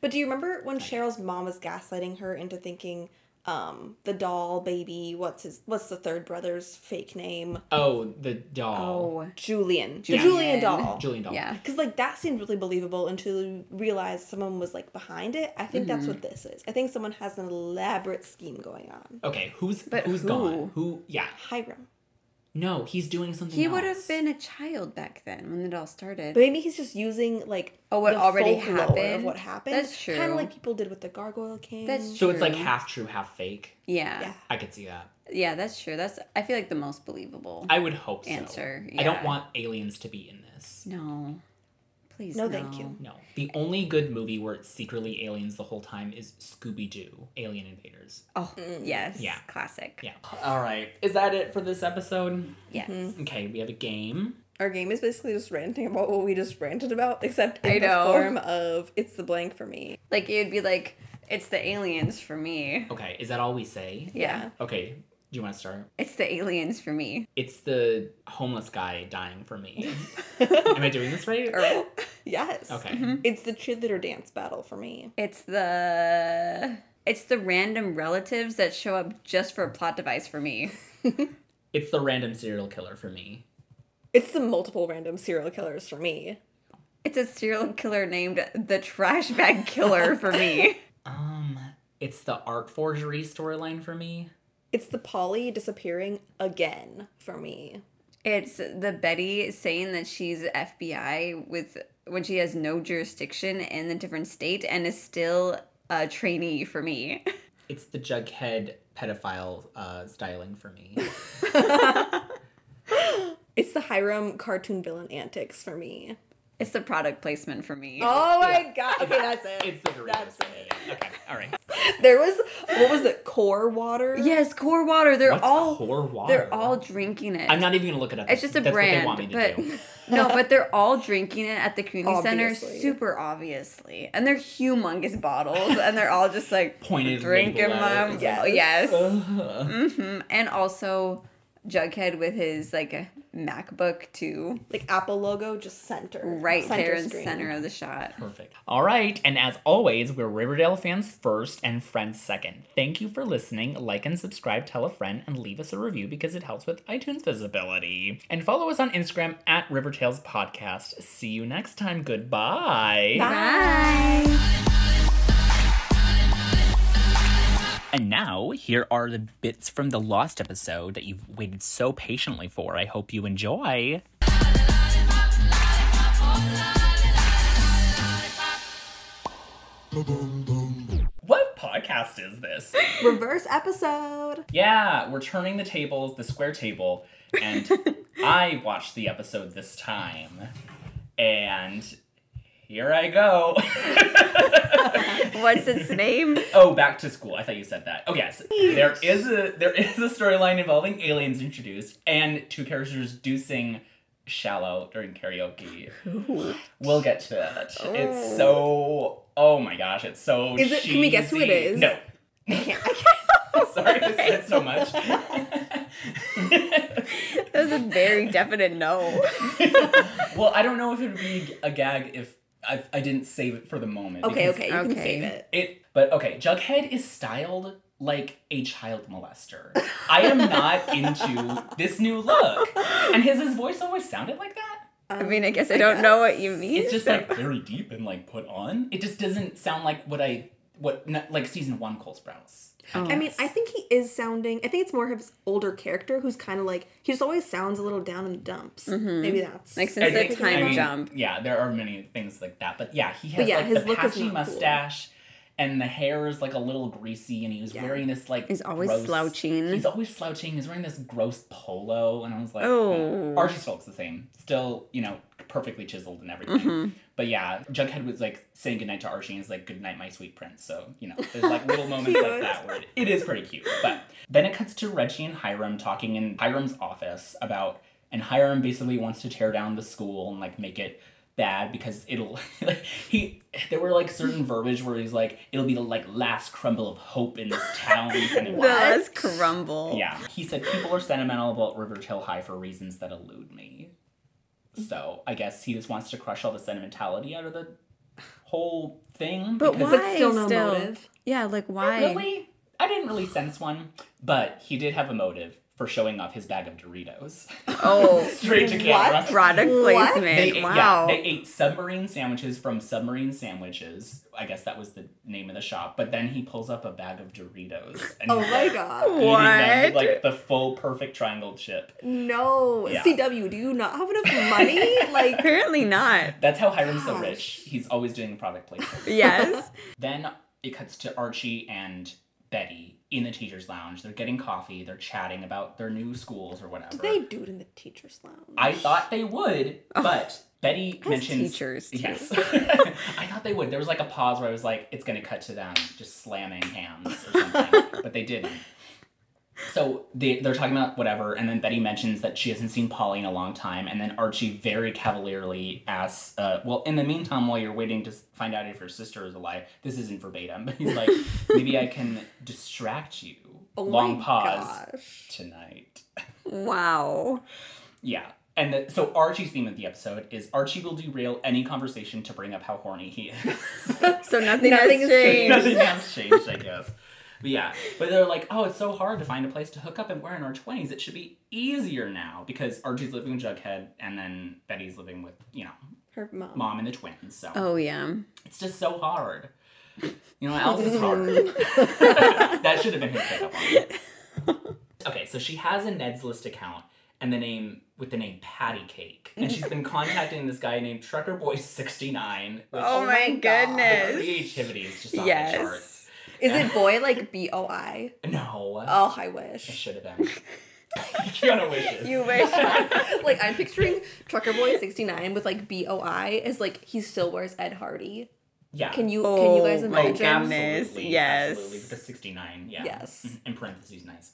B: But do you remember when Cheryl's mom was gaslighting her into thinking um, the doll baby? What's his? What's the third brother's fake name?
A: oh the doll
C: Oh.
B: Julian.
C: Julian.
B: The Julian doll.
A: julian doll
C: Oh. Yeah.
B: Because like that seemed really believable until you realize someone was like behind it. I think
C: Mm-hmm.
B: that's what this is. I think someone has an elaborate scheme going on.
A: okay who's
C: But
A: who's
C: who?
A: gone who yeah
B: Hiram.
A: no he's doing something
C: He would have
A: else.
C: been a child back then when it all started.
B: But maybe he's just using like
C: Oh, what already
B: folklore
C: happened?
B: Of what happened?
C: That's
B: Kind
C: true.
B: of like people did with the Gargoyle King.
C: That's
A: so it's like
C: True.
A: half true half fake
C: yeah.
B: yeah.
A: i could see that
C: Yeah, that's true. That's I feel like the most believable.
A: i would hope so
C: Answer,
A: i
C: yeah.
A: don't want aliens to be in this
C: no. Please no.
B: No, thank you.
A: no the only good movie where it's secretly aliens the whole time is scooby-doo alien invaders
C: Oh,
B: Mm.
C: yes.
A: Yeah.
C: Classic.
A: yeah all right is that it for this episode
C: Yes.
B: Mm-hmm.
A: okay we have a game
B: Our game is basically just ranting about what we just ranted about, except in
C: I
B: the
C: know.
B: form of it's the blank for me.
C: Like it would be like it's the aliens for me.
A: okay is that all we say
C: Yeah.
B: Yeah.
A: okay do you want to start
C: It's the aliens for me.
A: It's the homeless guy dying for me. Am I doing this right?
C: Earl.
B: Yes.
A: Okay.
C: Mm-hmm.
B: It's the cheerleader dance battle for me.
C: It's the it's the random relatives that show up just for a plot device for me.
A: It's the random serial killer for me.
B: It's the multiple random serial killers for me.
C: It's a serial killer named the trash bag killer for me.
A: Um, it's the art forgery storyline for me.
B: It's the Polly disappearing again for me.
C: It's the Betty saying that she's FBI with when she has no jurisdiction in a different state and is still a trainee for me.
A: It's the Jughead pedophile uh, styling for me.
B: It's the Hiram cartoon villain antics for me.
C: It's the product placement for me.
B: Oh my god. Okay, that's
A: it's the Doritos
B: That's
A: for me. Okay, all right.
B: There was what was it? Core water?
C: Yes, core water. They're
A: What's
C: all
A: core water?
C: they're all drinking it.
A: I'm not even gonna look it up.
C: it's just a
A: That's
C: brand,
A: What they want me to
C: but
A: do.
C: no, but they're all drinking it at the community center,
B: Obviously.
C: super obviously, and they're humongous bottles, and they're all just like
A: Pointed
C: drinking
A: label at
C: them.
A: it.
C: Yes, Mm-hmm.
B: Yes.
C: hmm and also Jughead with his like MacBook too.
B: Like Apple logo, just center.
C: Right
B: center
C: there in the
B: screen.
C: center of the shot.
A: Perfect. All right, and as always, we're Riverdale fans first and friends second. Thank you for listening. Like and subscribe, tell a friend, and leave us a review because it helps with iTunes visibility. And follow us on Instagram at Rivertales Podcast. See you next time. Goodbye.
C: Bye.
A: And now, here are the bits from the lost episode that you've waited so patiently for. I hope you enjoy. What podcast is this?
B: Reverse episode.
A: Yeah, we're turning the tables, the square table, and I watched the episode this time. And here I go.
C: What's its name?
A: Oh, back to school. I thought you said that. Oh yes, there is a there is a storyline involving aliens introduced and two characters do sing "Shallow" during karaoke. We'll get to that. It's so. Oh my gosh, it's so.
B: Is it- can we guess who it
A: cheesy.
B: is?
A: No.
B: I can't. I
A: Sorry, I said so much.
C: That was a very definite no.
A: well, I don't know if it would be a gag if I, I didn't save it for the moment.
B: Okay,
A: because
B: okay, you can
C: Okay.
B: save it.
A: It, but okay, Jughead is styled like a child molester. I am not into this new look. And has his voice always sounded like that?
C: I
B: Um,
C: mean, I guess I don't know what you mean.
A: It's just
C: so-
A: like very deep and like put on. It just doesn't sound like what I what not, like season one Cole Sprouse.
C: Oh.
B: I mean, I think he is sounding. I think it's more of his older character, who's kind of like he just always sounds a little down in the dumps. Maybe that's
C: Like,
A: I
C: since It's a
A: think-
C: time
A: I mean,
C: jump.
A: Yeah, there are many things like that, but yeah, he has
B: But yeah,
A: like
B: his
A: the
B: look is
A: patchy
B: not cool.
A: mustache, and the hair is like a little greasy, and he was
B: Yeah.
A: wearing this like
C: He's always
A: gross-
C: slouching.
A: He's always slouching. He's wearing this gross polo, and I was like, "Hmm."
C: Oh.
A: Archie still looks the same, still you know perfectly chiseled and everything. But yeah, Jughead was like saying goodnight to Archie, and he's like, "Goodnight, my sweet prince." So you know, there's like little moments like
B: Cute.
A: that where it- it is pretty cute. But then it cuts to Reggie and Hiram talking in Hiram's office about, and Hiram basically wants to tear down the school and like make it bad because it'll like he there were like certain verbiage where he's like it'll be the like last crumble of hope in this town kind of
C: The last crumble.
A: yeah. He said people are sentimental about River Hill High for reasons that elude me.
C: Mm-hmm.
A: So I guess he just wants to crush all the sentimentality out of the whole thing.
C: But
A: because-
C: why?
B: But still no motive.
C: Yeah, like why?
A: Really? I didn't really sense one, but he did have a motive for showing off his bag of Doritos.
C: Oh,
A: Straight to camera.
C: product
B: What?
A: They
C: placement.
A: ate, yeah,
C: wow.
A: they ate submarine sandwiches from submarine sandwiches. I guess that was the name of the shop. But then he pulls up a bag of Doritos and
B: oh
A: he's
B: my
A: like
B: god,
A: eating them with,
C: What?
A: like the full perfect triangle chip.
B: no!
A: Yeah.
B: CW, do you not have enough money? like
C: Apparently not.
A: That's how Hiram's so
B: Gosh.
A: rich. He's always doing product placement.
C: Yes.
A: then it cuts to Archie and Betty in the teacher's lounge. They're getting coffee. They're chatting about their new schools or whatever.
B: they do it in the teachers' lounge.
A: I thought they would, but Betty mentions
C: teachers, too.
A: Yes, I thought they would. There was like a pause where I was like, "It's going to cut to them just slamming hands or something," but they didn't. So they they're talking about whatever, and then Betty mentions that she hasn't seen Polly in a long time, and then Archie very cavalierly asks, uh, "Well, in the meantime, while you're waiting to s- find out if your sister is alive, this isn't verbatim, but he's like, maybe I can distract you."
B: Oh
A: long
B: my
A: pause
B: gosh.
A: tonight.
C: wow.
A: Yeah. And the, so Archie's theme of the episode is Archie will derail any conversation to bring up how horny he is.
C: So nothing,
B: Nothing
C: has
B: has
C: changed.
A: Nothing has changed, I guess. But yeah, but they're like, oh, it's so hard to find a place to hook up, and we're in our twenties. It should be easier now because Archie's living with Jughead, and then Betty's living with you know
B: Her mom.
A: mom and the twins. So
C: Oh yeah.
A: it's just so hard. You know what else is hard? that should have been his pickup line. Okay, so she has a Ned's List account and the name with the name Patty Cake, and she's been contacting this guy named Trucker Boy sixty nine.
C: Oh, my
B: my God.
C: goodness.
A: Creativity is just off the charts.
C: Yes.
B: Is it boy like B O I?
A: No,
B: Oh, I
A: I
B: wish.
A: should have been. Keanu wishes.
C: You wish.
B: like I'm picturing Trucker Boy sixty nine with like B O I as like he still wears Ed Hardy.
A: yeah.
B: Can you can you guys
C: Oh my
B: imagine?
C: God. goodness,
A: Absolutely,
C: yes.
A: Absolutely. With the sixty nine. Yeah.
B: Yes.
A: In parentheses, nice.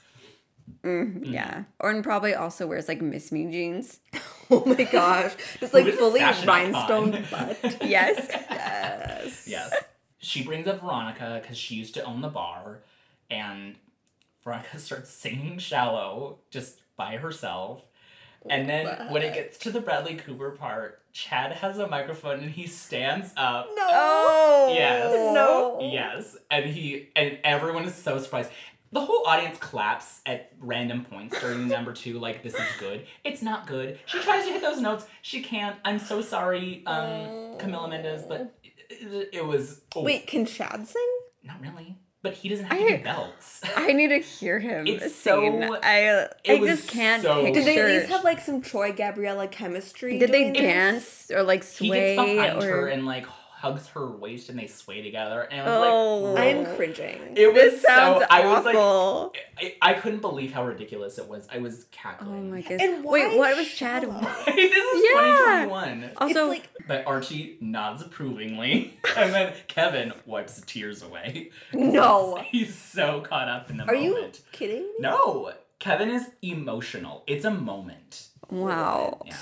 A: Hmm.
C: Mm, yeah. Orton probably also wears like Miss Me jeans.
B: Oh my gosh. Just like
A: Who is
B: fully
A: fashion
B: rhinestone
A: icon?
B: butt.
C: Yes.
B: Yes.
A: Yes. She brings up Veronica because she used to own the bar, and Veronica starts singing "Shallow" just by herself, And then when it gets to the Bradley Cooper part, Chad has a microphone and he stands up.
B: No.
C: Oh.
A: Yes.
C: No.
A: Yes. And he and everyone is so surprised. The whole audience claps at random points during number two, like this is good. It's not good. She tries to hit those notes. She can't. I'm so sorry, um, Camila Mendez, but it, it was oh,
B: Wait, can Chad sing?
A: not really. But he doesn't have any
C: I-
A: belts.
C: I need to hear him
A: It's
C: sing.
A: so-
C: I I
A: it was
C: just can't
A: so-
B: Did
C: picture.
B: they at least have like some Troy Gabriella chemistry?
C: Did they
B: doing this?
C: dance or like
A: He gets
C: sway
A: behind her
C: or?
A: and like hugs her waist and they sway together. And I was
C: Oh,
A: like,
B: I'm cringing.
A: it was
C: This sounds
A: so. I was like,
C: awful.
A: I, I couldn't believe how ridiculous it was. I was
C: oh
A: cackling.
C: my goodness.
B: and why
C: Wait, what was Chad?
B: shallow?
A: this is
C: Yeah.
A: 2021.
C: Also,
B: it's like
A: But Archie nods approvingly, and then Kevin wipes the tears away.
B: no.
A: He's so caught up in the
B: Are you
A: moment.
B: kidding me?
A: No, Kevin is emotional. It's a moment.
C: wow.
A: Yeah.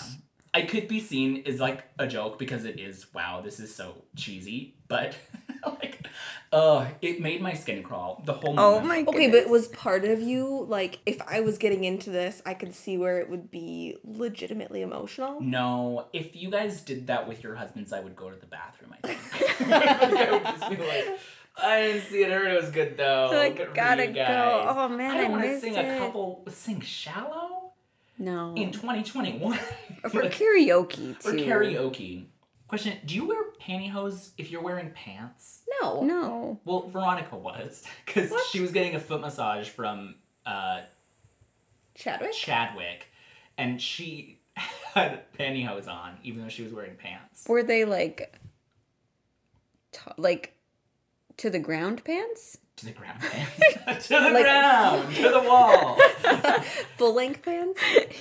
A: I could be seen as like a joke because it is, wow, this is so cheesy, but like, oh, it made my skin crawl the whole
C: Oh
A: moment.
C: my goodness.
B: Okay, but was part of you like if I was getting into this, I could see where it would be legitimately emotional?
A: No, if you guys did that with your husbands, I would go to the bathroom. I think. I would just be like, I didn't see it. I heard it was good though.
C: Like,
A: Good for
C: gotta
A: Oh, you
C: go.
A: guys."
C: Oh man,
A: I
C: I,
A: don't want to
C: missed
A: sing
C: it.
A: a couple. Sing shallow
C: No.
A: in 2021
C: For karaoke too.
A: For karaoke. Question: Do you wear pantyhose if you're wearing pants?
B: No.
C: No.
A: Well, Veronica was because
B: What?
A: she was getting a foot massage from uh,
B: Chadwick?
A: Chadwick, and she had pantyhose on even though she was wearing pants.
C: Were they like, to- like, to the ground pants?
A: To the ground. to the ground. To the wall.
B: Full length pants?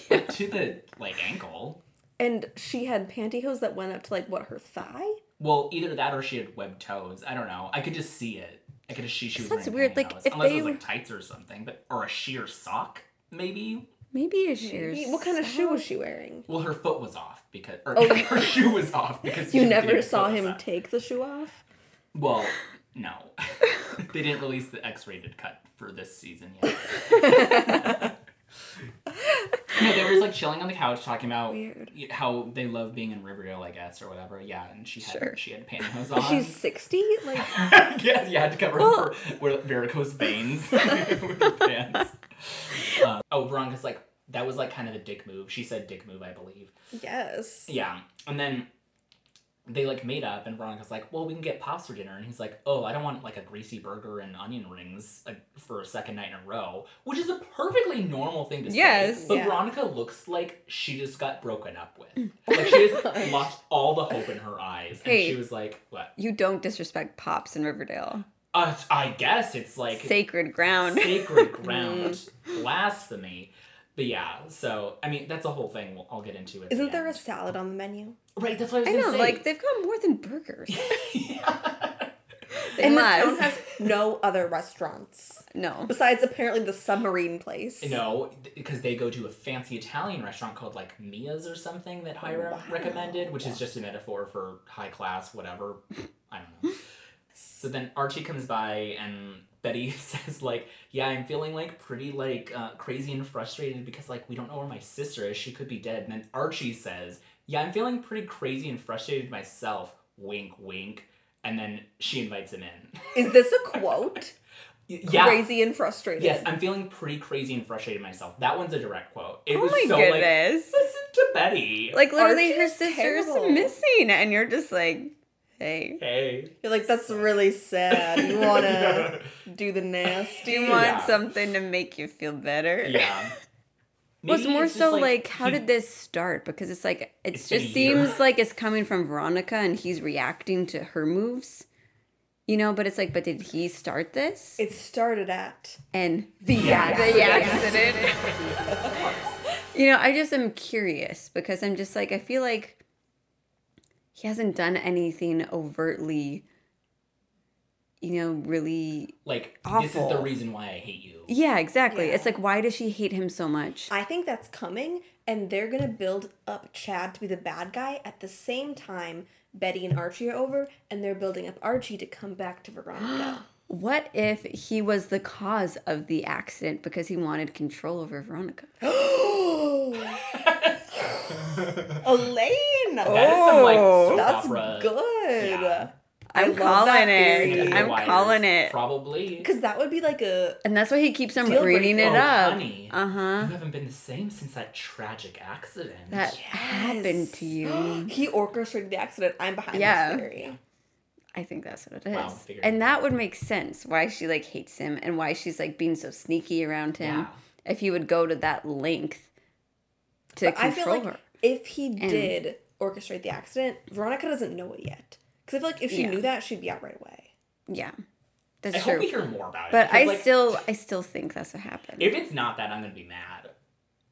A: to the like ankle.
B: And she had pantyhose that went up to like what, her thigh?
A: Well, either that or she had webbed toes. I don't know. I could just see it. I could just see she was.
C: That's
A: wearing
C: weird, like,
A: pantyhose.
C: if
A: unless
C: they
A: it was
C: were-
A: like tights or something, but or a sheer sock maybe.
C: Maybe a sheer.
B: Maybe- What kind of
C: sock?
B: shoe was she wearing?
A: Well, her foot was off because, or
B: Oh.
A: her shoe was off because
B: You
A: she
B: never
A: didn't
B: saw
A: put
B: him
A: us up.
B: take the shoe off?
A: well, no, they didn't release the X-rated cut for this season yet. no, they were just like chilling on the couch talking about
B: Weird.
A: how they love being in Riverdale, I guess, or whatever. Yeah, and she had
C: Sure.
A: she had pantyhose on.
B: She's 60? Like
A: yeah, you had to cover up her with varicose veins with your pants. Um, oh, Veronica's like that was like kind of a dick move. She said dick move, I believe.
B: yes.
A: Yeah, and then they like made up, and Veronica's like, "Well, we can get pops for dinner," and he's like, "Oh, I don't want like a greasy burger and onion rings like, for a second night in a row," which is a perfectly normal thing to say.
C: Yes.
A: but
B: Yeah.
A: Veronica looks like she just got broken up with. Like she just lost all the hope in her eyes, and
C: Hey.
A: she was like, "What?"
C: You don't disrespect pops in Riverdale.
A: Uh, I guess it's like
C: Sacred ground.
A: sacred ground blasphemy but yeah so i mean that's a whole thing we'll, i'll get into it
B: Isn't there a salad on the menu?
A: right that's what i was
C: I
A: gonna
C: know,
A: say
C: like they've got more than burgers. They
B: And this town
C: must.
B: has no other restaurants.
C: no.
B: Besides apparently the submarine place.
A: no because they go to a fancy italian restaurant called like mia's or something that hiram
B: Wow.
A: recommended which is just a metaphor for high class whatever i don't know so then archie comes by and betty says like yeah i'm feeling like pretty like uh, crazy and frustrated because like we don't know where my sister is she could be dead and then archie says yeah i'm feeling pretty crazy and frustrated myself wink wink and then she invites him in
B: Is this a quote?
A: Y- yeah
B: Crazy and frustrated.
A: Yes, I'm feeling pretty crazy and frustrated myself. That one's a direct quote. It
C: Oh
A: was
C: my
A: so like
C: goodness.
A: listen to Betty.
C: Like literally
B: Archie
C: her
B: is
C: sister's
B: terrible.
C: missing and you're just like, hey.
A: hey.
B: You're like, that's really
C: uh,
B: sad. You wanna do the
C: Do
B: nasty.
C: you want
A: Yeah.
C: something to make you feel better?
A: Yeah.
C: Well, it's
A: Maybe
C: more
A: it's just,
C: so like, how
A: he-
C: did this start? Because it's like it
A: It's been
C: just
A: a year.
C: seems like it's coming from Veronica and he's reacting to her moves. You know, but it's like, but did he start this?
B: It started at
C: and
B: the
A: accident.
C: the accident. you know, I just am curious because I'm just like I feel like he hasn't done anything overtly, you know, really.
A: like this is the
C: awful.
A: reason why I hate you?
C: Yeah, exactly.
B: Yeah.
C: It's like why does she hate him so much?
B: I think that's coming, and they're gonna build up Chad to be the bad guy at the same time Betty and Archie are over, and they're building up Archie to come back to Veronica.
C: What if he was the cause of the accident because he wanted control over Veronica?
B: Elaine.
A: That is some like
C: Oh,
A: soap
B: that's
A: Oh. opera.
B: good.
A: Yeah.
B: I
C: I'm
B: love that
C: calling it.
B: theory.
C: I'm
A: Wires,
C: calling it.
A: Probably.
B: Cause that would be like a
C: And that's why he keeps on
B: Deal
C: reading
B: breaker.
C: it
B: Oh,
C: up.
A: honey.
C: Uh huh.
A: You haven't been the same since that tragic accident.
C: That happened to you.
B: he orchestrated the accident. I'm behind
C: Yeah.
B: this theory.
C: I think that's what it is.
A: Wow, figured it
C: and that would make sense why she like hates him and why she's like being so sneaky around him.
A: Yeah.
C: If you would go to that length to
B: But I feel
C: control
B: like
C: her.
B: if he did orchestrate the accident, Veronica doesn't know it yet. Cause I feel like if she
C: Yeah.
B: knew that, she'd be out right away.
C: Yeah.
A: I
C: That's
A: hope we
C: true.
A: hear more about it.
C: But
A: because,
C: I
A: like,
C: still I still think that's what happened.
A: If it's not that, I'm gonna be mad.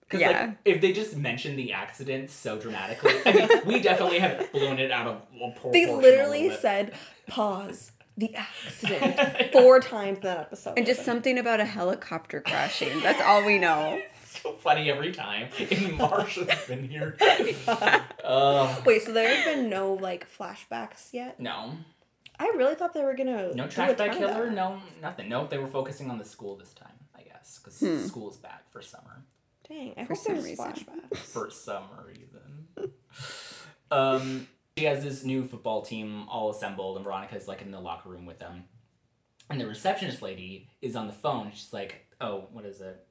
A: Because
C: Yeah.
A: like, if they just mention the accident so dramatically, I mean, we definitely have blown it out of a poor.
B: They literally said, "Pause the accident" four times in that episode.
C: and just something about a helicopter crashing. That's all we know.
A: so funny every time. And Marsha's been here. uh,
B: wait, so there have been no like flashbacks yet.
A: no,
B: I really thought they were gonna
A: no
B: do a
A: trash bag
B: time
A: killer.
B: dive.
A: No, nothing. Nope, they were focusing on the school this time. I guess because
B: Hmm.
A: school's back for summer.
B: Dang, I hope
C: some
B: there's
C: reason.
B: flashbacks.
A: for some reason. um, she has this new football team all assembled, and Veronica's like in the locker room with them. And the receptionist lady is on the phone. She's like, "Oh, what is it?"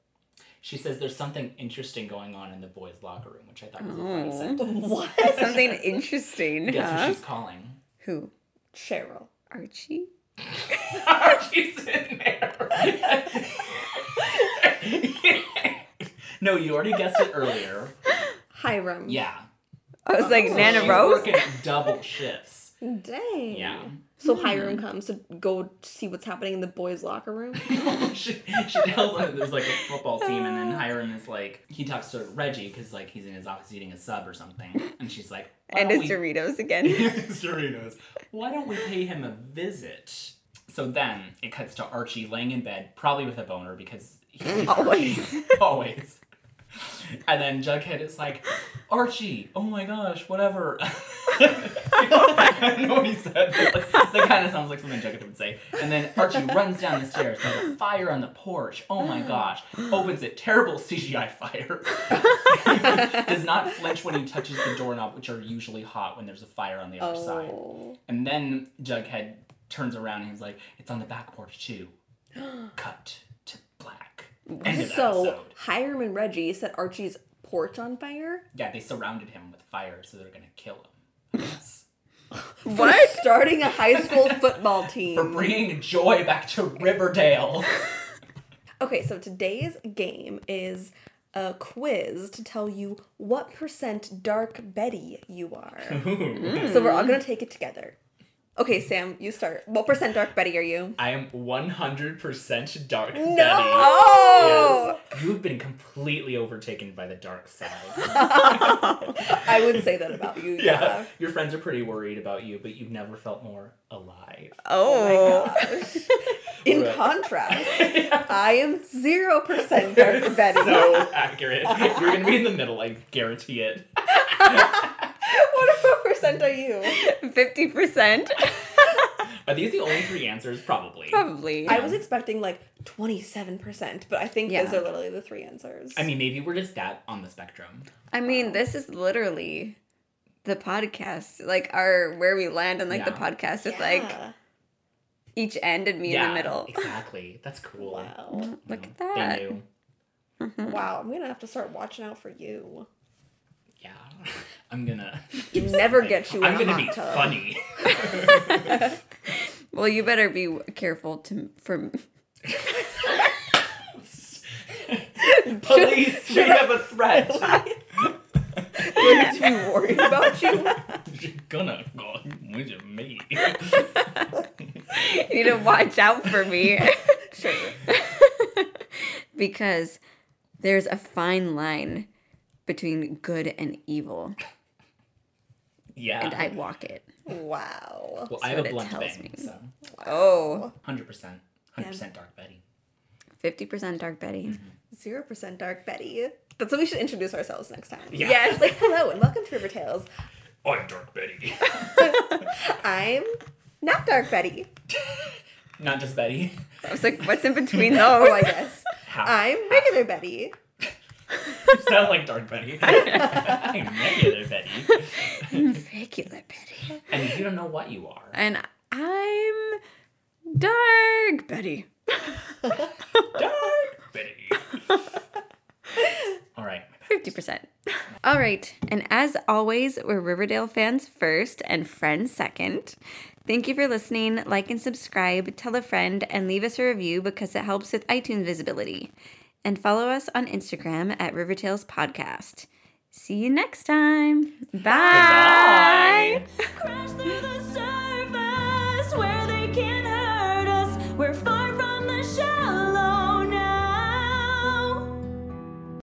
A: She says, "There's something interesting going on in the boys' locker room," which I thought was a funny
C: Oh.
A: sentence.
B: What?
C: Something interesting.
A: Guess
C: Huh?
A: who she's calling?
C: Who?
B: Cheryl.
C: Archie?
A: she's in there. no, you already guessed it earlier.
B: Hiram.
A: Yeah.
C: I was like
A: So
C: Nana
A: she's
C: Rose?
A: working double shifts.
B: Dang.
A: Yeah.
B: So
C: Hmm.
B: Hiram comes to go see what's happening in the boys' locker room.
A: she, she tells him there's like a football team, and then Hiram is like, he talks to Reggie because like he's in his office eating a sub or something, and she's like, why
C: And
A: don't
C: his
A: we-
C: Doritos again.
A: His Doritos. Why don't we pay him a visit? So then it cuts to Archie laying in bed, probably with a boner because he's
C: Always.
A: always. And then Jughead is like, Archie, oh my gosh, whatever. I don't know what he said. but, like, that kind of sounds like something Jughead would say. And then Archie runs down the stairs. There's a fire on the porch. Oh my gosh. Opens it. Terrible CGI fire. Does not flinch when he touches the doorknob, which are usually hot when there's a fire on the other side.
B: Oh.
A: And then Jughead turns around and he's like, "It's on the back porch too." Cut to black. End of
B: So
A: episode.
B: Hiram and Reggie set Archie's porch on fire.
A: Yeah, they surrounded him with fire, so they're gonna kill him. Yes.
C: What?
B: For starting a high school football
A: For
B: team.
A: bringing joy back to Riverdale.
B: Okay, so today's game is a quiz to tell you what percent dark Betty you are. So we're all gonna take it together. Okay, Sam, you start. What percent dark Betty are you?
A: I am 100% dark
B: No!
A: Betty. Yes. You've been completely overtaken by the dark side.
B: I would say that about you.
A: yeah. Your friends are pretty worried about you, but you've never felt more alive.
C: Oh.
B: In
A: Right.
B: contrast, I am zero percent dark Betty.
A: so accurate. You're gonna be in the middle, I guarantee it.
B: What what percent are you?
C: 50%?
A: Are these the only three answers? Probably.
C: Probably.
B: I was expecting like twenty seven percent, but I think those
C: Yeah.
B: are literally the three answers.
A: I mean, maybe we're just that on the spectrum.
C: I mean, this is literally the podcast, like our where we land on like the
A: Yeah.
C: podcast with like
B: Yeah.
C: each end and me in the middle.
A: Exactly. That's cool.
B: wow,
C: Look at
A: Yeah,
C: that.
A: They knew.
B: wow, I'm gonna have to start watching out for you.
A: Yeah. I'm gonna.
B: You never get you. In
A: I'm
B: a
A: gonna
B: hot
A: be
B: tub.
A: funny.
C: Well, you better be w- careful to from
A: Police, we have a threat.
B: We're to be worried about you.
A: You're gonna go with me.
C: you need to watch out for me
B: Sure.
C: because there's a fine line between good and evil,
A: Yeah.
C: and I walk it.
B: Wow.
A: well, I have a
C: what it
A: blunt
C: tells
A: bang,
C: me.
A: so
C: Oh,
A: 100%. 100% Dark Betty.
C: 50% dark Betty.
B: Zero percent dark Betty. That's what we should introduce ourselves next time.
A: Yeah.
B: Yes. Like hello and welcome to River Tales.
A: I'm Dark Betty.
B: I'm not dark Betty.
A: Not just Betty.
C: I was like, what's in between
B: Oh,
C: those?
B: I guess.
A: Half.
B: I'm regular Betty.
A: You sound like Dark Betty. I'm regular Betty.
C: Regular Betty.
A: And you don't know what you are.
C: And I'm Dark Betty.
A: Dark Betty. All right.
C: 50%. All right. And as always, we're Riverdale fans first and friends second. Thank you for listening. Like and subscribe, tell a friend, and leave us a review because it helps with iTunes visibility. And follow us on Instagram at Rivertales Podcast. See you next time. Bye.
A: Bye.
D: crash through the surface where they can't